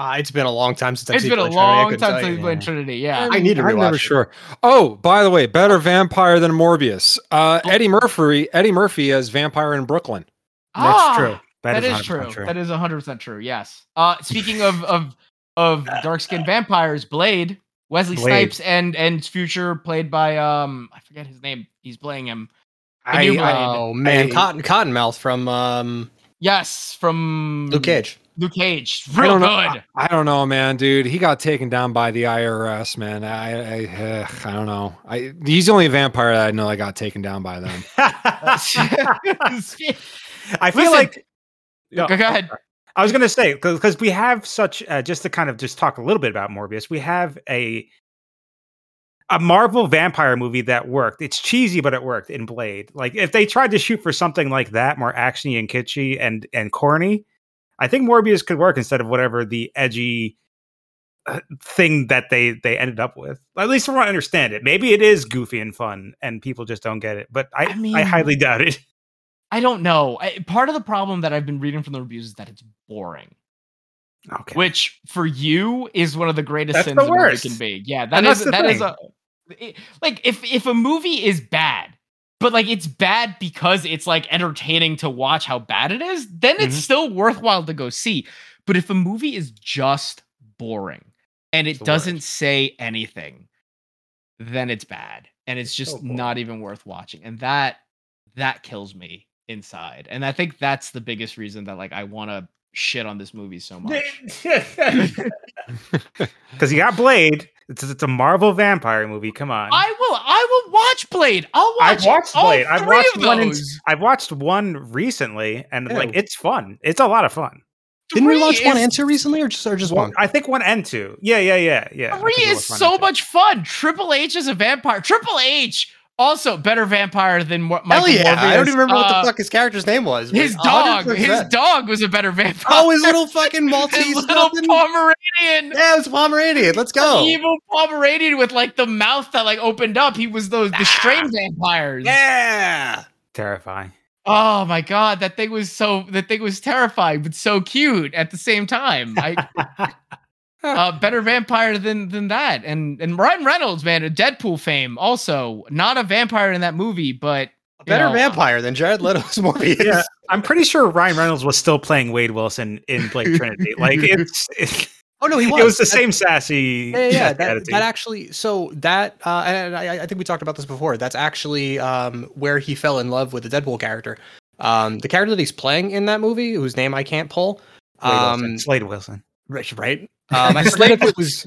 Uh, it's been a long time since I've
It's
seen
been a
Blade Trinity, I
long
couldn't tell
time
you.
since Blade Trinity. Yeah,
I need to
I'm
rewatch
never
it.
sure. Oh, by the way, better vampire than Morbius. Uh, Eddie Murphy. Eddie Murphy as vampire in Brooklyn.
Ah,
that's true.
That is,
100%
true. That is hundred percent true. Yes. Uh, speaking of of of dark skinned vampires, Blade, Wesley
Blade.
Snipes, and and Future, played by um I forget his name. He's playing him.
I,
new Blade.
oh man,
I-
Cotton Cottonmouth from um,
Yes, from
Luke Cage.
Luke Cage.
I
Real
don't
good.
know- I, I don't know, man, dude. He got taken down by the IRS, man. I, I, eh, I don't know. I he's the only vampire that I know that got taken down by them.
[laughs]
[laughs]
I feel
Listen.
like No,
Go ahead.
I was going to say because we have such uh, just to kind of just talk a little bit about Morbius. We have a a Marvel vampire movie that worked. It's cheesy, but it worked in Blade. Like if they tried to shoot for something like that, more actiony and kitschy and and corny, I think Morbius could work instead of whatever the edgy uh, thing that they they ended up with. At least from what I understand it. Maybe it is goofy and fun, and people just don't get it. But I
I
I,
mean-
highly doubt it. [laughs]
I don't know. I, part of the problem that I've been reading from the reviews is that it's boring,
Okay.
which for you is one of the greatest
That's
sins
the
a movie
worst.
can be. Yeah, that
And
is
that's the
that is
thing.
a it- like if if a movie is bad, but like it's bad because it's like entertaining to watch how bad it is, then it's
Mhm.
still worthwhile to go see. But if a movie is just boring and it
It's the
doesn't say anything, then it's bad and it's,
It's
just
so boring.
not even worth watching and that that kills me inside and i think that's the biggest reason that like i want to shit on this movie so much [laughs]
[laughs] Because you got Blade. It's, it's a Marvel vampire movie. Come on.
i will i will watch blade i'll watch
I've watched
all
Blade. I've
three
watched
of
one. In,
those.
I've watched one recently, and like
Ew.
it's fun. It's a lot of fun.
Didn't we
Three
launch one
is-
and two recently, or just or just one?
I think one and two. Yeah, yeah, yeah, yeah. I
Three
think it
is
was one
so
and two.
much fun. Triple H is a vampire. Triple H also better vampire than Mo- Michael
Hell yeah! I don't
Morbius.
even remember what
Uh,
the fuck his character's name was. but
His dog,
100%.
his dog was a better vampire. [laughs]
oh, his little fucking
His
Maltese,
little
nothing?
Pomeranian.
yeah, it's Pomeranian. Let's go.
evil Pomeranian with like the mouth that like opened up. He was those the strain vampires.
Yeah.
[laughs]
terrifying.
Oh my god, that thing was so that thing was terrifying, but so cute at the same time. I uh, better vampire than than that. And and Ryan Reynolds, man, a Deadpool fame, also not a vampire in that movie, but
A better
you know,
vampire than Jared Leto's [laughs] Morbius.
Yeah. I'm pretty sure Ryan Reynolds was still playing Wade Wilson in
[laughs]
Blade Trinity. Like it's, it,
Oh no, he
it
was.
was the
That's-
same sassy.
Yeah, yeah, yeah. That,
attitude.
that actually. So that, uh, and I, I think we talked about this before. That's actually um, where he fell in love with the Deadpool character. Um, the character that he's playing in that movie, whose name I can't pull.
Wade Wilson.
Um,
[laughs]
Slade Wilson.
right, right. Um, I forget if it was.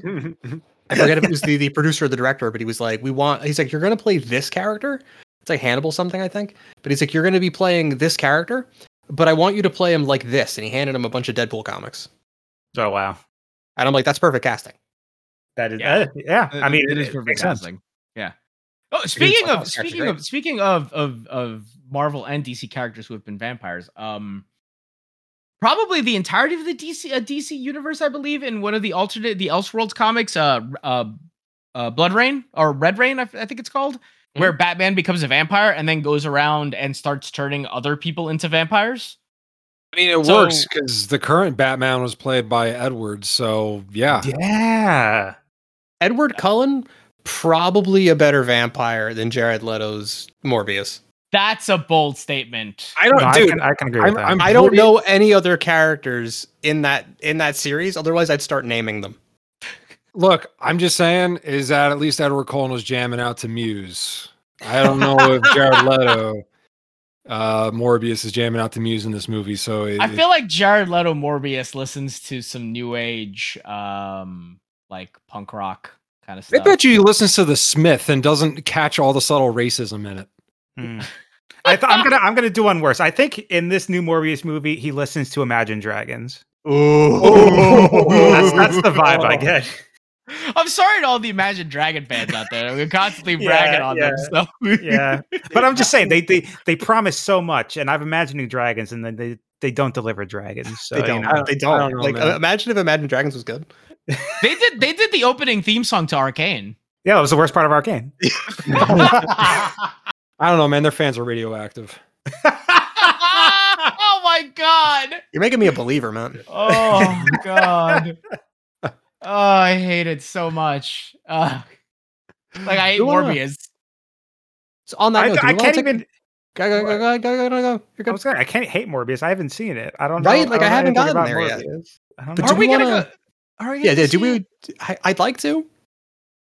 I forget if it was the, the producer or the director, but he was like, "We want." He's like, "You're gonna play this character." It's like Hannibal something, I think. But he's like, "You're gonna be playing this character, but I want you to play him like this." And he handed him a bunch of Deadpool comics,
Oh wow,
and I'm like, "That's perfect casting."
that is
Yeah.
yeah. yeah. I mean,
it is
it
perfect
makes sense.
casting. Yeah. Oh, speaking
like, oh,
of
it's actually
speaking
great.
of speaking of of of Marvel and DC characters who have been vampires, um, probably the entirety of the DC uh, DC universe, I believe, in one of the alternate the Elseworlds comics, uh, uh, uh Blood Rain or Red Rain, I, f- I think it's called, where Batman becomes a vampire and then goes around and starts turning other people into vampires.
[laughs] I mean, it
So-
works because the current Batman was played by Edwards. So yeah,
Yeah.
Edward Cullen probably a better vampire than Jared Leto's Morbius.
That's a bold statement.
I
No,
don't,
I,
dude.
can, I can agree
I'm-
with that.
I'm-
I don't
Morbi-
know any other characters in that in that series. Otherwise, I'd start naming them.
Look, I'm just saying is that at least Edward Cullen was jamming out to Muse. I don't know if
[laughs]
Jared Leto, uh, Morbius is jamming out to Muse in this movie. So it,
I feel like Jared Leto Morbius listens to some new age, um, like punk rock kind of
I
stuff.
bet you he listens to the Smith and doesn't catch all the subtle racism in it.
Hmm.
Mm. I th- I'm gonna I'm gonna do one worse. I think in this new Morbius movie, he listens to Imagine Dragons. That's, that's the vibe
Oh,
I get. [laughs]
I'm sorry to all the Imagine Dragon fans out there. We're constantly
Yeah,
bragging on them. So.
Yeah, but I'm just saying they they they promise so much, and I've imagining dragons, and then they they don't deliver dragons. So,
they don't.
You know,
I
they
I
don't.
don't know,
like,
man.
imagine if Imagine Dragons was good.
They did they did the opening theme song to Arcane. [laughs] Oh
yeah, that was the worst part of Arcane.
I don't know, man. Their fans are radioactive.
oh my god.
You're making me a believer, man.
Oh god. Oh, I hate it so much. Ugh. like I hate
Do you wanna-
Morbius.
So on that
I,
note, do
I
you wanna
can't
take-
even.
Go, go, go, go, go, go, go, go. You're
I
good.
was gonna. I can't hate Morbius. I haven't seen it. I don't know. uh,
Right? Like, I haven't
anything
gotten
about
there yet.
Morbius. I don't
But
know.
do
Are we
we
gonna
wanna-
go? Are we
Yeah,
gonna
yeah. Do
see
we? I, I'd like to.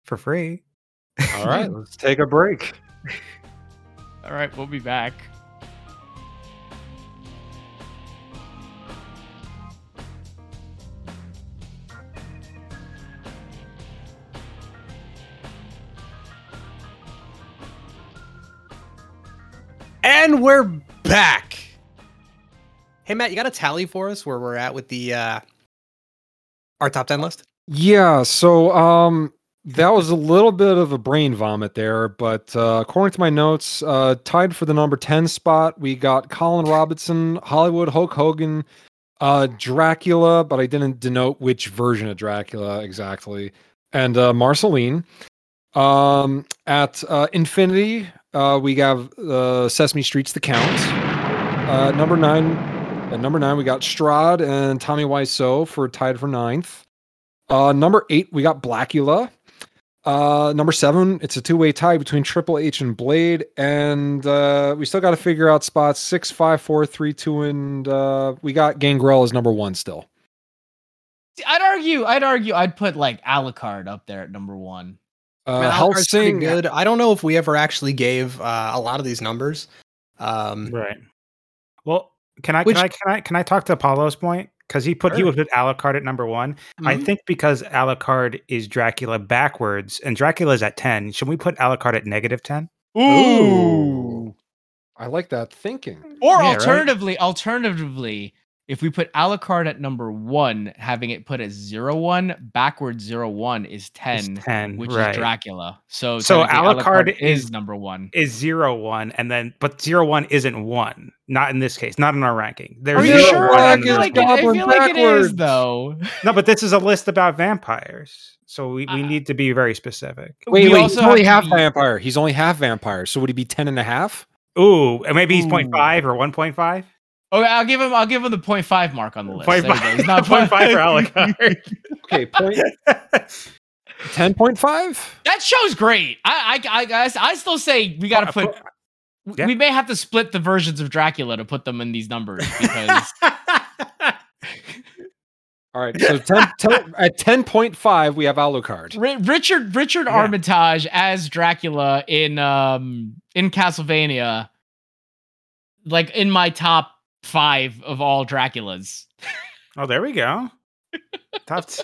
for free.
All [laughs] right, let's take a break.
All right, we'll be back.
And we're back. Hey Matt, you got a tally for us where we're at with the uh our top ten list?
Yeah, so um that was a little bit of a brain vomit there, but uh, according to my notes, uh, tied for the number 10 spot, we got Colin Robinson, Hollywood Hulk Hogan, uh, Dracula, but I didn't denote which version of Dracula exactly, and uh, Marceline. Um, at uh, Infinity, uh, we have uh, Sesame Street's The Count. Uh, number nine, at number nine, we got Strahd and Tommy Wiseau for tied for ninth. Uh, number eight, we got Blackula. Uh, number seven, it's a two-way tie between Triple H and Blade, and uh, we still got to figure out spots six, five, four, three, two, and uh, we got Gangrel as number one still.
See, I'd argue. I'd argue. I'd put like Alucard up there at number one.
Uh,
Matt Alper's pretty
Helsing,
good. I don't know if we ever actually gave uh, a lot of these numbers.
Mm.
Um,
Right. Well, can I
Which-
can I can I can I talk to Apollo's point? Because he put he
Sure.
was with Alucard at number one. I
Mm-hmm.
think because Alucard is Dracula backwards and Dracula's at ten. Should we put Alucard at negative ten?
Ooh. I like that thinking.
Yeah,
Or
right?
alternatively, alternatively, if we put Alucard at number one, having it put at zero one, backward zero one is
It's
ten,
ten,
which
right?
is Dracula. So
So
technically
Alucard
is
is-
number one.
Is zero one, and then but zero one isn't one. Not in this case. Not in our ranking. There's
Are you
zero
sure?
one
I
I
on
guess
feel
the
like, it,
ranking.
I
Goblin
feel like it is
backwards.
though.
no, but this is a list about vampires, so we, we
Uh,
need to be very specific.
Wait,
We
wait,
also
he's only
have
half
to be-
vampire. He's only half vampire. So would he be ten and a half?
Ooh, and maybe he's
Ooh.
0.5 or one point five.
Okay, I'll give him. I'll give him the 0.5 mark on the list. There you go.
0.5
It's not
0.5 for
0.5. [laughs]
Okay, point ten point five.
That show's great. I, I, I guess I still say we got to put.
uh, Yeah.
We may have to split the versions of Dracula to put them in these
[laughs]
numbers because
All right,
[laughs]
so 10, 10 at ten point five, we have Alucard.
Ri- Richard Richard
Yeah.
Armitage as Dracula in um in Castlevania, like in my top five of all Draculas.
Oh, there we go.
[laughs]
Top t-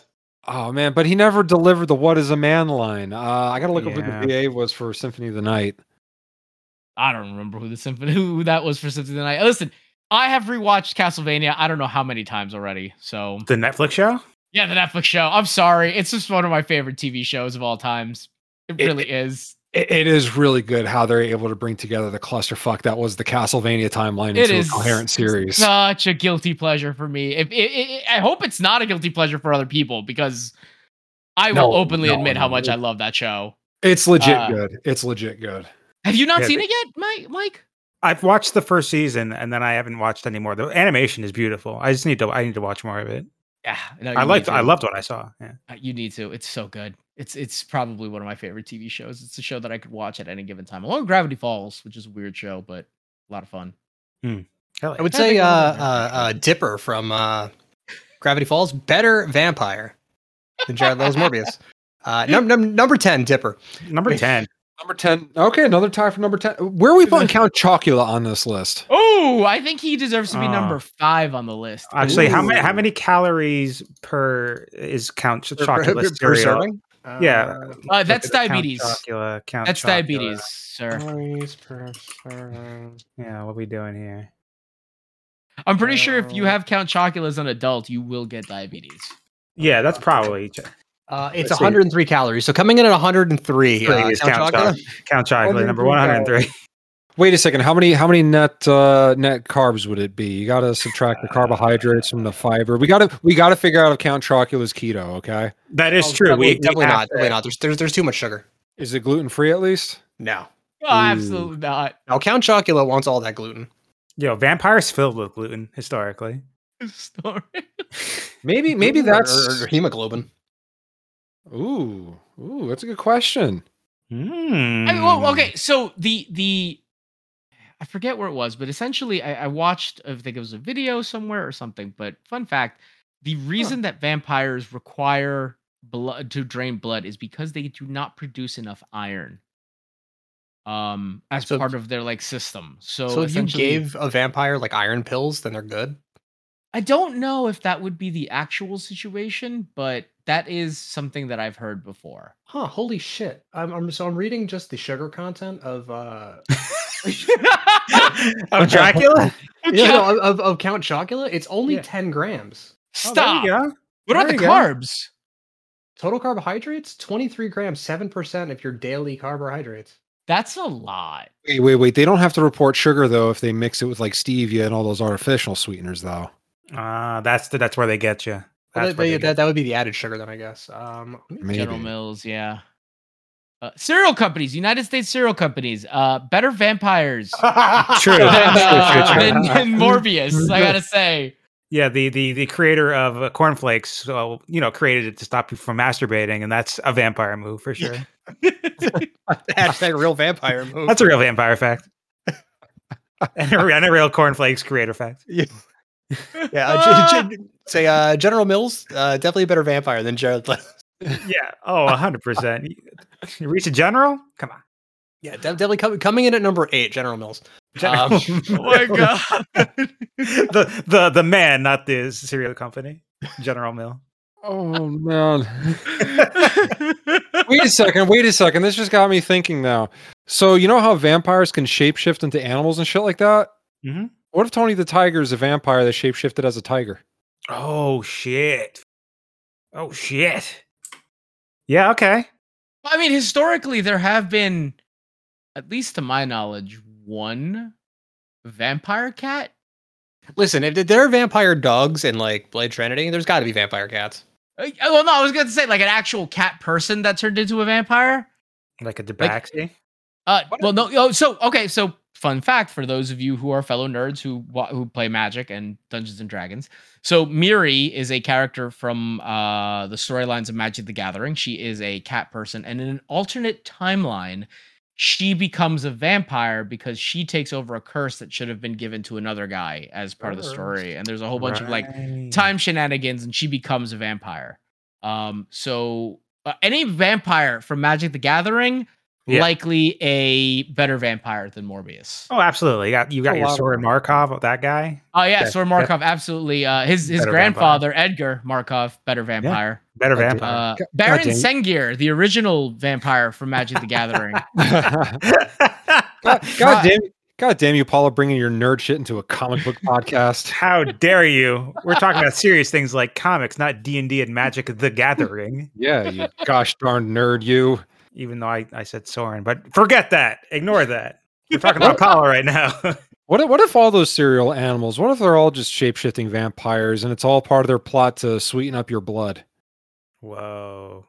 Oh man, but he never delivered the "What is a man" line. Uh, I gotta look up
Yeah.
who the VA was for Symphony of the Night.
I don't remember who the symphony who that was for Symphony of the Night. Listen, I have rewatched Castlevania. I don't know how many times already. So
the Netflix show.
yeah, the Netflix show. I'm sorry, it's just one of my favorite TV shows of all times. It
It-
really is.
It, it is really good how they're able to bring together the clusterfuck that was the Castlevania timeline
It
into
is
a coherent series.
Such a guilty pleasure for me. If it, it, I hope it's not a guilty pleasure for other people because I will
No,
openly
no,
admit how
no,
much
it-
I love that show.
it's legit
uh,
good. It's legit good.
Have you not
Yeah,
seen
they-
it yet, Mike? Mike?
I've watched the first season, and then I haven't watched any more. The animation is beautiful. I just need to. I need to watch more of it.
Yeah, no,
I
you
liked.
need
I
to.
loved what I saw. Yeah.
Uh, You need to. It's so good. It's it's probably one of my favorite TV shows. It's a show that I could watch at any given time, along with Gravity Falls, which is a weird show, but a lot of fun.
Hell yeah.
I would
I
say
think
uh,
we're
uh,
good.
uh, Dipper from uh, Gravity Falls, better vampire than Jared Leto's Morbius.
[laughs]
Uh, num- num- number ten, Dipper.
Number ten.
Number ten. Okay, another tie for number ten. Where are we putting Count Chocula on this list?
Oh, I think he deserves to be
Ah.
number five on the list.
Actually, how many how
Ooh.
many calories per is count
Per- per- [laughs]
chocolate
per- per
cereal?
serving?
yeah,
Uh, that's
Count
diabetes.
Chocula, count
That's
Chocula.
diabetes, sir.
Calories per serving.
Yeah, what we doing here?
I'm pretty sure if you
Oh.
Uh,
have Count Chocula as an adult, you will get diabetes.
Yeah, that's probably ch-
Uh, it's
Let's see.
103 calories. So coming in at 103, uh,
Please,
Count
Count
Chocula.
Count chocolate number one hundred three. [laughs]
Wait a second. How many how many net uh, net carbs would it be? You got to subtract the carbohydrates from the fiber. We got to we got to figure out if Count Chocula's keto. Okay.
That is
Oh,
true.
Definitely,
We, we
definitely
have
not.
to-
Definitely not. There's, there's there's too much sugar.
Is it gluten free at least?
No.
Oh, absolutely not. [laughs]
No, Count Chocula wants all that gluten.
You know, vampires filled with gluten historically.
Story.
Maybe maybe
Gluten or- or,
that's
or hemoglobin.
ooh ooh that's a good question.
I mean,
Hmm. Mm.
well, okay, so the the I forget where it was, but essentially, I, I watched. I think it was a video somewhere or something. But fun fact: the reason that vampires require blood to drain blood is because they do not produce enough iron, um, as
So-
part of their like system. So,
so if you
essentially-
gave a vampire like iron pills, then they're good.
I don't know if that would be the actual situation, but that is something that I've heard
[laughs]
before.
Huh? Holy shit! I'm, I'm so I'm reading just the sugar content of
[laughs]
uh
Oh,
[laughs] Of Dracula?
yeah, no, of, of, of Count Chocula. It's only
Yeah.
ten grams.
Stop.
Yeah.
what about
There
the
you go.
carbs?
Total carbohydrates, 23 grams, 7% of your daily carbohydrates.
That's a lot.
Wait wait wait. They don't have to report sugar though if they mix it with like stevia and all those artificial sweeteners though.
Ah, that's the, that's where they get you.
Well,
That's
that,
where
they-
they
that,
get
that would be the added sugar then, I guess. Um, let me-
Maybe.
General
[laughs]
Mills, yeah. Uh, cereal companies, United States cereal companies, uh, better
[laughs]
vampires than,
True.
[laughs]
True,
uh,
[laughs]
true,
than,
true.
than Morbius. I gotta say,
Yeah, the the the creator of uh, cornflakes, uh, you know, created it to stop you from masturbating, and that's a vampire move for sure.
Hashtag real vampire move.
That's a real vampire fact. and, a, and a real cornflakes creator fact.
[laughs] yeah, uh, G- G- say uh, General Mills, uh, definitely a better vampire than Jared Leto.
Yeah. Oh, 100%. You reach a general? Come on.
Yeah, de- definitely com- coming in at number eight, General
[laughs]
Mills.
General.
Um,
oh
[laughs]
my god,
the, the, the man, not the cereal company, General Mill.
Oh man. wait a second. Wait a second. This just got me thinking now. So you know how vampires can shapeshift into animals and shit like that.
Mhm.
What if Tony the Tiger is a vampire that shapeshifted as a tiger?
Oh, shit. Oh, shit. Yeah, okay.
I mean, historically, there have been, at least to my knowledge, one vampire cat.
Listen, if there are vampire dogs in like Blade Trinity, there's got to be vampire cats.
Uh, well, no, I was gonna say like an actual cat person that turned into a vampire.
Like a debaxi.
Uh, well, no. Oh, so okay. So, fun fact for those of you who are fellow nerds who wa- who play Magic and Dungeons and Dragons. So, Miri is a character from uh, the storylines of Magic: The Gathering. She is a cat person, and in an alternate timeline, she becomes a vampire because she takes over a curse that should have been given to another guy as part of the
Oh.
story. And there's a whole bunch of like
Right.
time shenanigans and she becomes a vampire. Um, so uh, any vampire from Magic the Gathering,
Yeah.
likely a better vampire than Morbius. Oh,
Oh, absolutely. You got, you got
a
your
lot of
Soren
them.
Markov, that guy.
yeah,
yeah,
Sor Markov, absolutely. Uh, his his
Better vampire.
grandfather Edgar Markov, better vampire.
Better
Goddamn.
vampire.
Uh,
God-
Baron
goddamn.
Sengir, the original vampire from Magic the
[laughs]
Gathering.
God, God damn. God damn you, Paula, bringing your nerd shit into a comic book [laughs]
[laughs]
podcast.
How dare you? We're talking about serious things like comics, not D and D and Magic: The Gathering.
Yeah, you gosh darn nerd, you.
Even though I, I said Soren, but forget that. Ignore that. We're talking about Paula right now. [laughs]
What if, what if all those serial animals, what if they're all just shapeshifting vampires and it's all part of their plot to sweeten up your blood?
Whoa.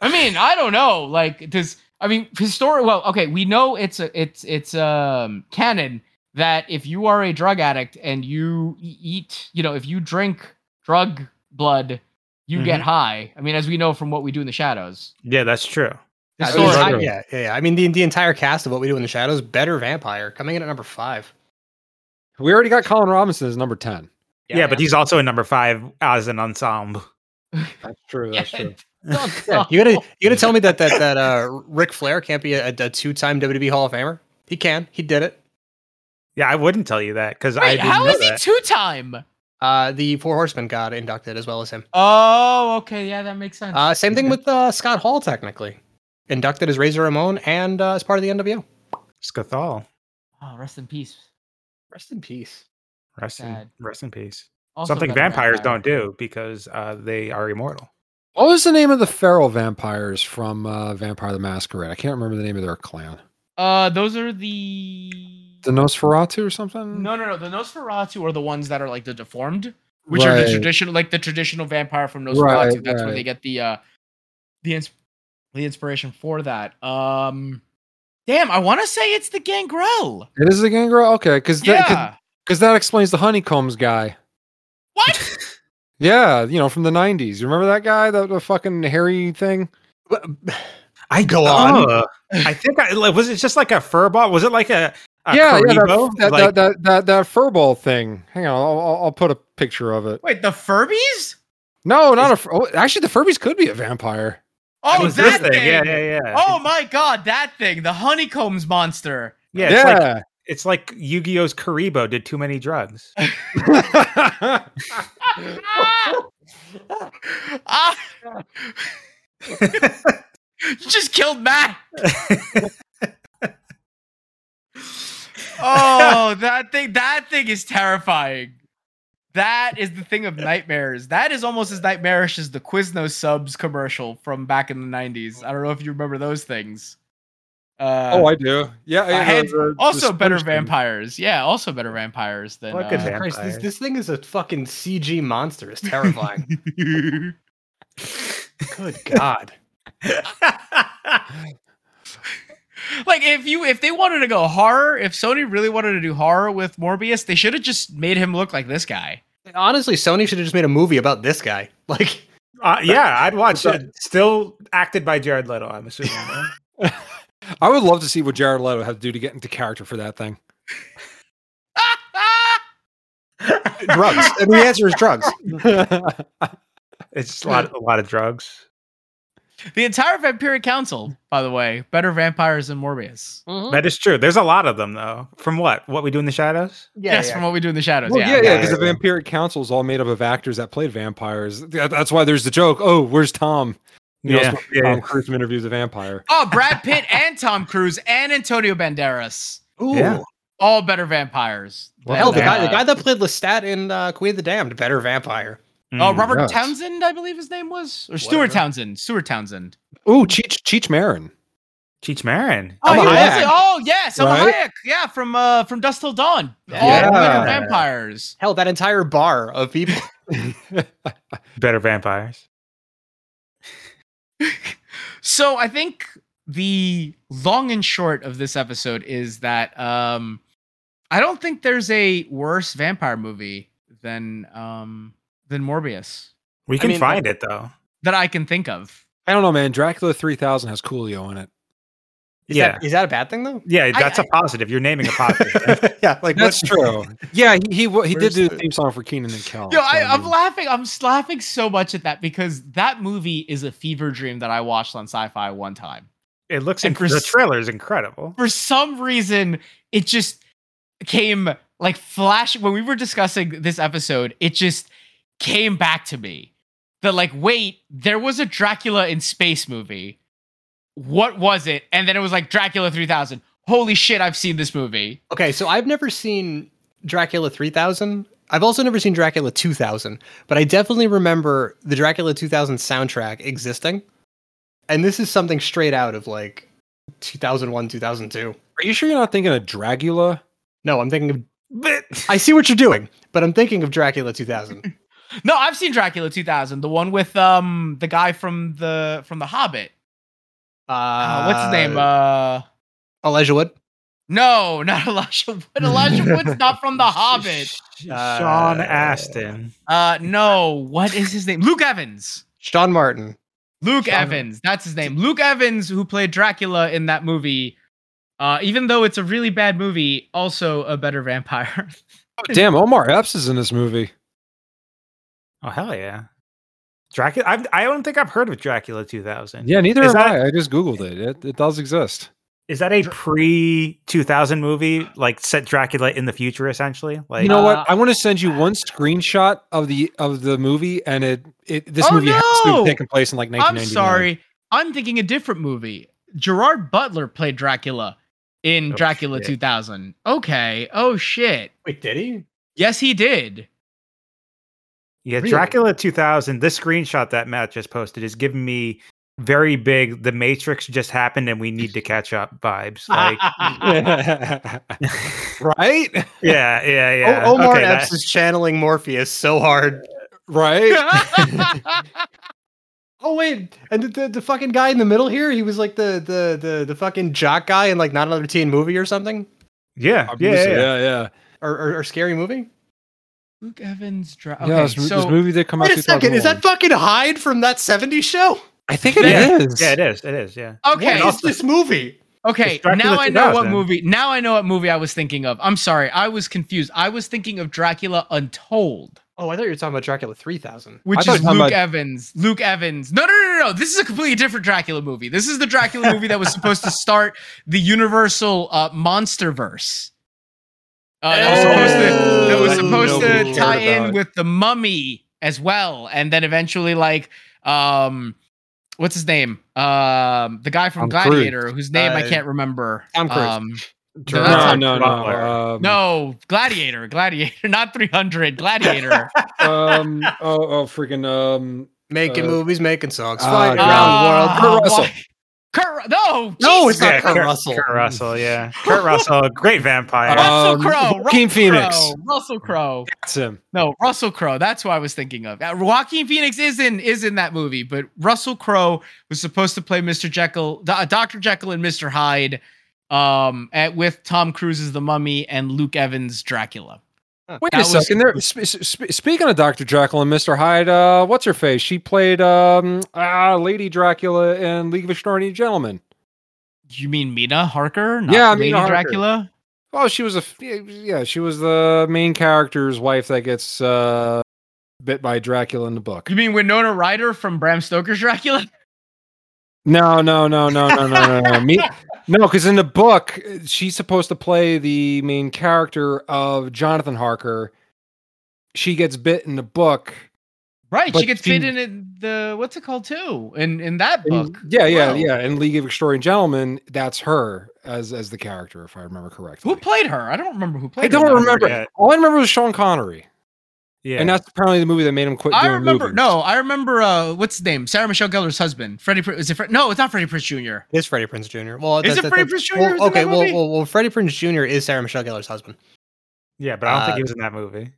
I mean, I don't know. Like, does I mean historic? Well, okay, we know it's a it's it's um canon that if you are a drug addict and you e- eat, you know, if you drink drug blood, you get high. I mean, as we know from what we do in the shadows.
Yeah, that's true.
I mean,
Historic-
I-
Sure.
yeah, yeah, yeah. I mean, the, the entire cast of What We Do in the Shadows, better vampire, coming in at number five.
We already got Colin Robinson as number 10.
Yeah, but he's also in number five as an ensemble.
That's
[laughs]
true.
that's Yeah. true.
[laughs]
Yeah, you gotta you gotta tell me that that that uh, Ric Flair can't be a, a two time WWE E Hall of Famer. He can. He did it.
Yeah, I wouldn't tell you that because I
Wait,
didn't
how
know
is he
that.
two time?
Uh, the Four Horsemen got inducted as well as him.
Oh, okay, yeah, that makes sense.
Uh, same thing with uh, Scott Hall, technically inducted as Razor Ramon and uh, as part of the NWO.
Scathal.
oh, rest in peace.
Rest in peace.
Rest in,
Sad.
rest in peace.
Also
Something
better
vampires
vampire.
don't do because uh, they are immortal.
What was the name of the feral vampires from uh, Vampire the Masquerade? I can't remember the name of their clan.
Uh, those are the
The Nosferatu or
Mm.
something?
no, no, no. The Nosferatu are the ones that are like the deformed, which are the
Right.
traditional, like the traditional vampire from Nosferatu.
Right,
That's where they
right.
get the uh, the ins- the inspiration for that. Um, damn, I want to say it's the Gangrel.
It is the Gangrel? Okay, because
Yeah.
that explains the honeycombs guy.
What?
Yeah, you know, from the 90s. You remember that guy? That the fucking hairy thing?
I go on.
Uh, I think I like, was it just like a fur ball? Was it like a, a
yeah, yeah, that,
Karibo?
that,
Like-
that, that, that, that furball thing. Hang on, I'll, I'll- I'll put a picture of it.
Wait, the Furbies?
No, not a. fur- Oh, actually, the Furbies could be a vampire.
Oh,
was
that
this
thing.
thing. Yeah, yeah, yeah.
Oh my god, that thing, the honeycombs monster.
yeah. It's like it's like Yu-Gi-Oh's Karibo did too many drugs. [laughs]
Yeah.
[laughs] Ah. you just killed Matt. oh, that thing that thing is terrifying. That is the thing of nightmares. That is almost as nightmarish as the Quiznos subs commercial from back in the 90s. I don't know if you remember those things. Uh,
oh, I do. Yeah. yeah,
had
the- the- the
also better
spruce thing.
vampires. Yeah, also better vampires than
What could
uh,
happen?
Christ, this,
Vampire.
this thing is a fucking CG monster. It's terrifying. Good God.
like if you if they wanted to go horror, if Sony really wanted to do horror with Morbius, they should have just made him look like this guy. [laughs]
Honestly, Sony should have just made a movie about this guy. [laughs] Like,
Uh, yeah, I'd watch it. Still acted by Jared Leto, I'm assuming. right?
I would love to see what Jared Leto had to do to get into character for that
[laughs]
thing.
drugs. and the answer
[laughs]
is drugs.
yeah,
It's just a lot, a lot of drugs.
the entire Vampiric Council, by the way, better vampires than Morbius.
That is true. There's a lot of them though. From what? What we do in the shadows?
Yeah,
yes,
yeah.
from what we do in the shadows.
well,
yeah,
yeah,
yeah,
because the
yeah.
vampiric council is all made up of actors that played vampires. That- That's why there's the joke. Oh, where's Tom? You know, it's supposed to be Tom Cruise from interviews a vampire.
Oh, Brad Pitt and Tom Cruise and Antonio Banderas,
Ooh.
Yeah.
all better vampires.
Well, hell,
than,
the guy, the
uh,
guy that played Lestat in uh, Queen of the Damned, better vampire.
Oh,
Mm.
Robert
yes.
Townsend, I believe his name was, or Stuart
Whatever.
Townsend. Stuart Townsend.
Ooh, Cheech Cheech Marin.
Cheech Marin.
Oh,
Selma
he was
Hayek.
it. Oh, yeah, Selma
Right?
Hayek. Yeah, from uh, from Dust Till Dawn.
Yeah.
All women vampires.
Hell, that entire bar of people.
Better vampires.
So I think the long and short of this episode is that um, I don't think there's a worse vampire movie than um, than Morbius
We can
mean,
find it though.
that I can think of.
I don't know, man. Dracula 3000 has Coolio in it.
Is,
yeah.
that, [laughs] is that a bad thing, though?
yeah, that's a
I-
positive. You're naming a positive.
[laughs] yeah, like,
That's
what's
true. Yeah, he he, wa- he did
Where's
do the
the-
theme song for Keenan and Kel.
Yo, I,
so,
I'm
mean,
laughing. I'm s- laughing so much at that because that movie is a fever dream that I watched on Sci-Fi one time.
it [laughs] looks
And
inc- the
Chris-
trailer is incredible.
for some reason it just came like flash when we were discussing this episode it just came back to me that like wait there was a dracula in space movie what was it and then it was like dracula 3000 holy shit i've seen this movie
Okay, so I've never seen Dracula 3000. I've also never seen Dracula 2000, but I definitely remember the Dracula 2000 soundtrack existing. And this is something straight out of like 2001, 2002.
Are you sure you're not thinking of Dragula?
No, I'm thinking of.
But
I see what you're doing, but I'm thinking of Dracula 2000.
no i've seen dracula 2000 the one with um the guy from the from the hobbit
Uh,
uh, what's his name uh
Elijah Wood.
no not elijah wood elijah wood's not from the hobbit
Sean
Uh,
Astin.
Uh, no. What is his name? Luke Evans.
Sean Martin.
Luke
Sean-
Evans. That's his name. Luke Evans, who played Dracula in that movie. Uh, even though it's a really bad movie, also a better vampire. [laughs]
Oh, damn, Omar Epps is in this movie.
Oh hell yeah. Dracula. I've, I don't think I've heard of Dracula 2000.
Yeah, neither have
Is that-
I. I just googled it. It it does exist.
Is that a pre 2000 movie? Like set Dracula in the future, essentially. Like
you know
Uh,
what? I want to send you one screenshot of the of the movie, and it it this
Oh,
movie has to
no!
have taken place in like
I'm
1999.
sorry. I'm thinking a different movie. Gerard Butler played Dracula in
Oh,
Dracula
shit.
2000. Okay. Oh shit.
Wait, did he?
Yes, he did.
yeah,
really?
Dracula 2000. This screenshot that Matt just posted is giving me very big the matrix just happened and we need to catch up vibes [laughs]
[laughs]
like
right?
yeah yeah yeah
O- Omar
Okay, that-
Epps is channeling Morpheus so hard.
Right?
Oh wait, and the, the, the fucking guy in the middle here, he was like the the the, the fucking jock guy in like not another teen movie or something,
yeah, yeah, yeah,
Obviously, yeah, yeah.
or or, or scary movie.
Luke Evans dro-
Yeah,
Okay,
this, this
so
movie did come out.
Wait a second, is
2001.
that fucking Hyde from that '70s show?
I think it is.
Yeah, yeah it is it is yeah
okay,
what is this movie?
okay.
Dracula
Now I know what
2000.
movie. Now I know what movie I was thinking of. I'm sorry, I was confused. I was thinking of Dracula Untold,
Oh, I thought you were talking about Dracula 3000.
which
thought
is
you were
Luke
talking about-
Evans. Luke Evans. No, no, no, no, no. This is a completely different Dracula movie. This is the Dracula movie that was supposed to start the Universal uh, Monster Verse. Uh, that was supposed to, that was
Oh,
supposed
nobody
to
cared
tie in
about.
with the Mummy as well, and then eventually like um, what's his name? Um, the guy from
Tom Cruise.
Gladiator, whose name I
Uh,
can't remember.
Tom Cruise.
Um,
No,
that's
No,
not-
no, no.
Butler.
Um,
no, Gladiator, Gladiator, [laughs] not 300, Gladiator.
um, oh, oh, freaking. Um,
Making
Uh,
movies, making songs,
ah,
flying [laughs] around
yeah.
the world.
Kurt Russell.
Uh, why- Kurt, no,
No,
Jesus.
it's not Kurt
Kurt-
Russell.
Kurt Russell, yeah. Kurt Russell, great vampire.
Uh,
Russell
Um,
Crowe.
Joaquin
Russell
Phoenix.
Crowe, Russell Crowe.
that's him.
No, Russell Crowe. That's who I was thinking of. Uh, Joaquin Phoenix is in is in that movie, but Russell Crowe was supposed to play Mr. Jekyll, uh, Doctor Jekyll, and Mr. Hyde, um, at, with Tom Cruise's The Mummy and Luke Evans' Dracula.
Wait
That
a
was-
second. There. Sp- sp- speaking of Doctor Jekyll and Mister Hyde, uh, what's her face? She played um, ah, Lady Dracula in League of Extraordinary Gentlemen.
You mean Mina Harker? Not
Yeah,
Lady
Mina Harker.
Dracula.
Oh, she was a f- yeah. She was the main character's wife that gets uh, bit by Dracula in the book.
You mean Winona Ryder from Bram Stoker's Dracula? [laughs]
No, no, no, no, no, no, no, no. Me, no, because in the book, she's supposed to play the main character of Jonathan Harker. She gets bit in the book.
Right,
But
she gets
she-
fit in it- the what's it called too? In in that
in-
book.
yeah, yeah,
Wow.
yeah. In League of Extraordinary Gentlemen, that's her as as the character, if I remember correctly.
Who played her? I don't remember who played
I
her.
don't
though.
remember.
yet.
All I remember was Sean Connery,
yeah.
and that's apparently the movie that made him quit.
I
doing
remember.
movies.
No, I remember. Uh, what's his name? Sarah Michelle Gellar's husband, Freddie. Pr- Is it? Fre- no, it's not Freddie Prinze Jr.
It is Freddie Prince Jr. Well,
Is
that-
it
that-
Freddie
that-
Prinze Jr.
well,
who's in
okay,
that
well,
movie?
well, well, Freddie Prince Jr. is Sarah Michelle Gellar's husband.
yeah, but I don't
uh,
think he was in that movie.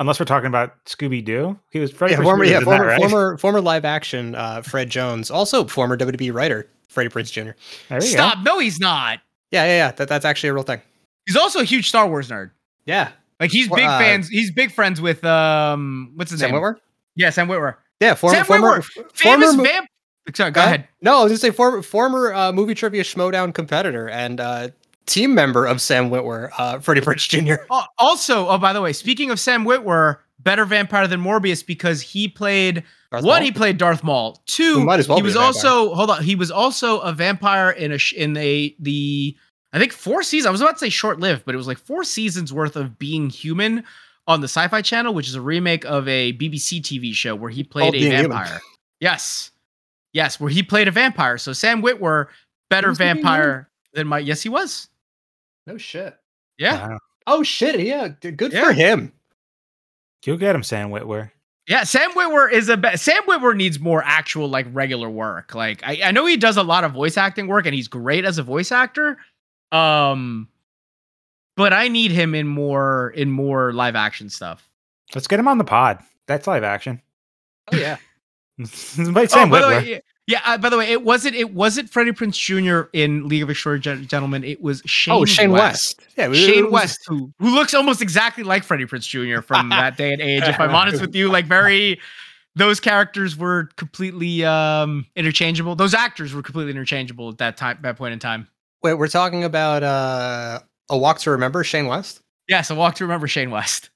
Unless we're talking about Scooby Doo. He was Freddy
yeah,
Prinze
former,
Jr.
yeah,
was in that,
former,
right?
former, former live action uh, Fred Jones, also former WB writer Freddie Prince Jr.
There you go.
Stop. No, he's not.
Yeah, yeah, yeah. That, that's actually a real thing.
He's also a huge Star Wars nerd.
Yeah,
Like he's
Well,
big
uh,
fans. He's big friends with um. What's his
Sam
name?
Witwer.
Yeah, Sam Witwer.
Yeah, former,
Sam
former,
Witwer, Famous
mo-
vamp. Sorry, go
Huh?
ahead.
No, I was gonna say former former uh, movie trivia schmodown competitor and uh, team member of Sam Witwer, uh, Freddie Prince Jr. [laughs]
Al- Also, oh by the way, speaking of Sam Witwer, better vampire than Morbius because he played
Darth
One,
Maul.
he played Darth Maul. Two,
He might as well
he
be
was
a vampire.
also hold on. He was also a vampire in a sh- in a the I think four seasons. I was about to say short lived, but it was like four seasons worth of being human on the Sci Fi Channel, which is a remake of a BBC TV show where he played
Called
a
Being Human.
vampire. Yes, yes, where he played a vampire. So Sam Witwer, better
Was he Being
vampire than my. Yes, he was.
No shit.
Yeah,
Wow.
Oh shit. Yeah, d- good
Yeah.
for him.
You'll get him, Sam Witwer.
Yeah, Sam Witwer is a be- Sam Witwer needs more actual like regular work. Like I, I know he does a lot of voice acting work and he's great as a voice actor. Um but I need him in more in more live action stuff.
Let's get him on the pod. That's live action. [laughs]
Oh yeah.
Invite
Oh,
Sam
Oh, by the
Witwer.
way, yeah, yeah, uh, by the way, it wasn't it wasn't Freddie Prince Jr. in League of Extraordinary Gen- Gentlemen. It was Shane.
oh Shane West. Yeah, it
Shane
was-
West, who, who looks almost exactly like Freddie Prince Jr. from that day and age. If I'm honest with you, like very, those characters were completely um interchangeable. Those actors were completely interchangeable at that time, that point in time.
Wait, we're talking about uh, a walk to remember Shane West.
Yeah, so walk to remember Shane West.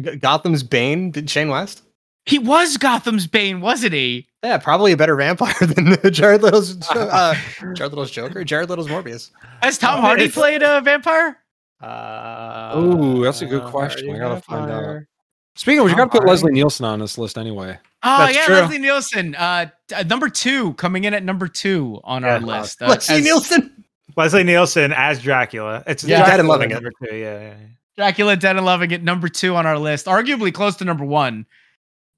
G- Gotham's Bane. Did Shane West?
He was Gotham's Bane, wasn't he?
Yeah, probably a better vampire [laughs] than Jared Little's [laughs] uh, Jared Little's Joker. Jared Little's Morbius.
As Tom
Oh,
Hardy
it's-
played a vampire.
Uh,
Ooh, that's a good
are
question.
you
I gotta find out.
vampire?
Speaking of, which, you
Tom
got to put
Hardy.
Leslie Nielsen on this list anyway.
Oh
That's
yeah,
true.
Leslie Nielsen. Uh, t- uh, number two coming in at number two on
Yeah.
our list. Uh,
Leslie
as
Nielsen.
Leslie Nielsen as Dracula. It's
Yeah,
Dracula
Dead and Loving It.
number two, Yeah, yeah, yeah.
Dracula Dead and Loving at number two on our list, arguably close to number one.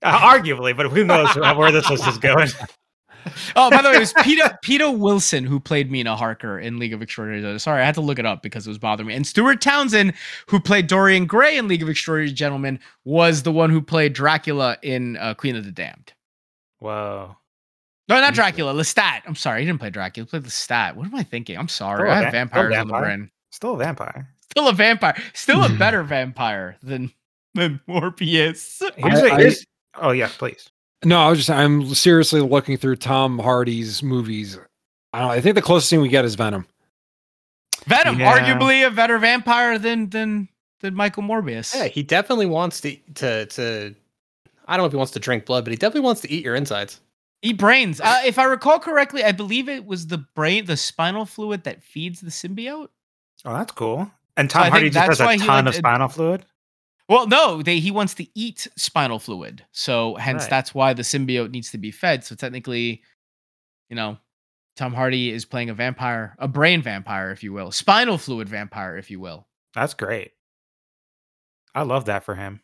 Uh, arguably, but who knows where this list is going? [laughs]
Oh, by the way, it was Peter [laughs] Peter Wilson who played Mina Harker in League of Extraordinary Gentlemen. Sorry, I had to look it up because it was bothering me. And Stuart Townsend, who played Dorian Gray in League of Extraordinary Gentlemen, was the one who played Dracula in uh, Queen of the Damned.
Whoa.
No, not Dracula, Lestat. I'm sorry, he didn't play Dracula. He played Lestat. What am I thinking? I'm sorry.
Oh,
I
va- oh,
have vampires on the
vampire.
brain.
Still a vampire.
Still a vampire. Still a
[laughs]
better vampire than than Morbius.
Here's
I-
a-
I-
here's- oh, yeah, please.
No, I was just I'm seriously looking through Tom Hardy's movies. I don't. I think the closest thing we get is Venom.
Venom,
Yeah.
arguably a better vampire than than than Michael Morbius.
Yeah, he definitely wants to to to. I don't know if he wants to drink blood, but he definitely wants to eat your [laughs] insides.
Eat brains. Uh, if I recall correctly, I believe it was the brain, the spinal fluid that feeds the symbiote.
Oh, that's cool. And
So I
Tom Hardy
think
just
that's
has
why
a
he
ton
liked
of
it-
spinal fluid.
Well, no, they, he wants to eat spinal fluid, so hence
Right.
that's why the symbiote needs to be fed. So technically, you know, Tom Hardy is playing a vampire, a brain vampire, if you will, spinal fluid vampire, if you will.
That's great. I love that for him.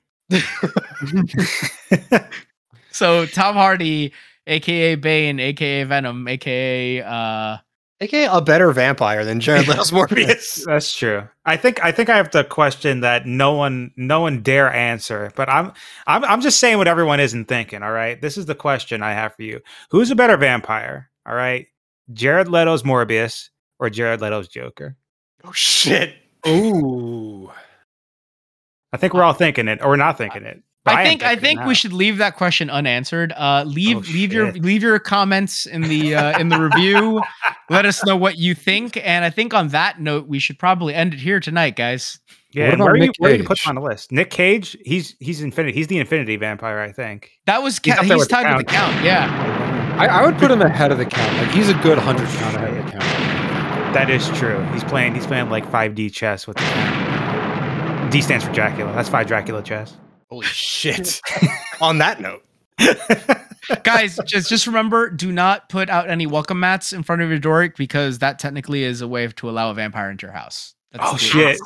So Tom Hardy, aka Bane, aka Venom, aka uh,
AKA a better vampire than Jared Leto's Morbius.
That's true. I think I think I have the question that no one no one dare answer, but I'm I'm I'm just saying what everyone isn't thinking, all right? This is the question I have for you. Who's a better vampire? All right? Jared Leto's Morbius or Jared Leto's Joker?
[laughs] oh shit!
Ooh.
I think we're all thinking it or not thinking it. but
Oh. I
am
think I
thinking it
think
now.
we should leave that question unanswered. Uh, leave
Oh,
leave your
shit.
leave your comments in the uh, in the
[laughs]
review. Let us know what you think. And I think on that note, we should probably end it here tonight, guys.
Yeah,
What
and
about
where, do you,
Nick
where do you put
Cage?
him on the list? Nick Cage, he's he's infinity. He's the infinity vampire, I think.
That was
He's
ca-
up
he's,
there with the
tied with the count.
[laughs]
Yeah,
I, I would put him ahead of the count. Like he's a good hundred count ahead of the count.
That is true. He's playing. He's playing like 5D chess with. The D stands for Dracula. That's five Dracula chess.
Holy shit! On that note,
guys, just just remember, do not put out any welcome mats in front of your dork because that technically is a way to allow a vampire into your house. That's
Oh
the-
shit!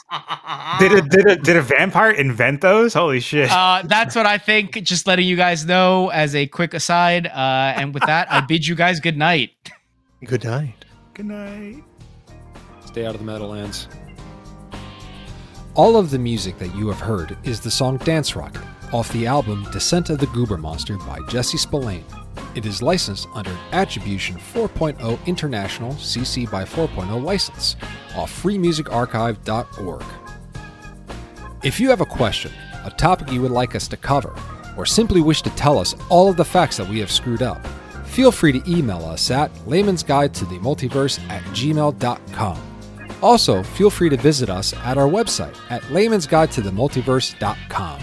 Did a did a did a vampire invent those? Holy shit!
Uh, that's what I think. Just letting you guys know as a quick aside. Uh, and with that, I bid you guys good night.
good night.
Good night.
Stay out of the Meadowlands. All of the music that you have heard is the song Dance Rocket off the album Descent of the Goober Monster by Jesse Spillane. It is licensed under Attribution 4.0 International CC by 4.0 license off freemusicarchive.org. If you have a question, a topic you would like us to cover, or simply wish to tell us all of the facts that we have screwed up, feel free to email us at layman's guide to the multiverse at gmail.com. Also, feel free to visit us at our website at layman's guide to the multiverse.com.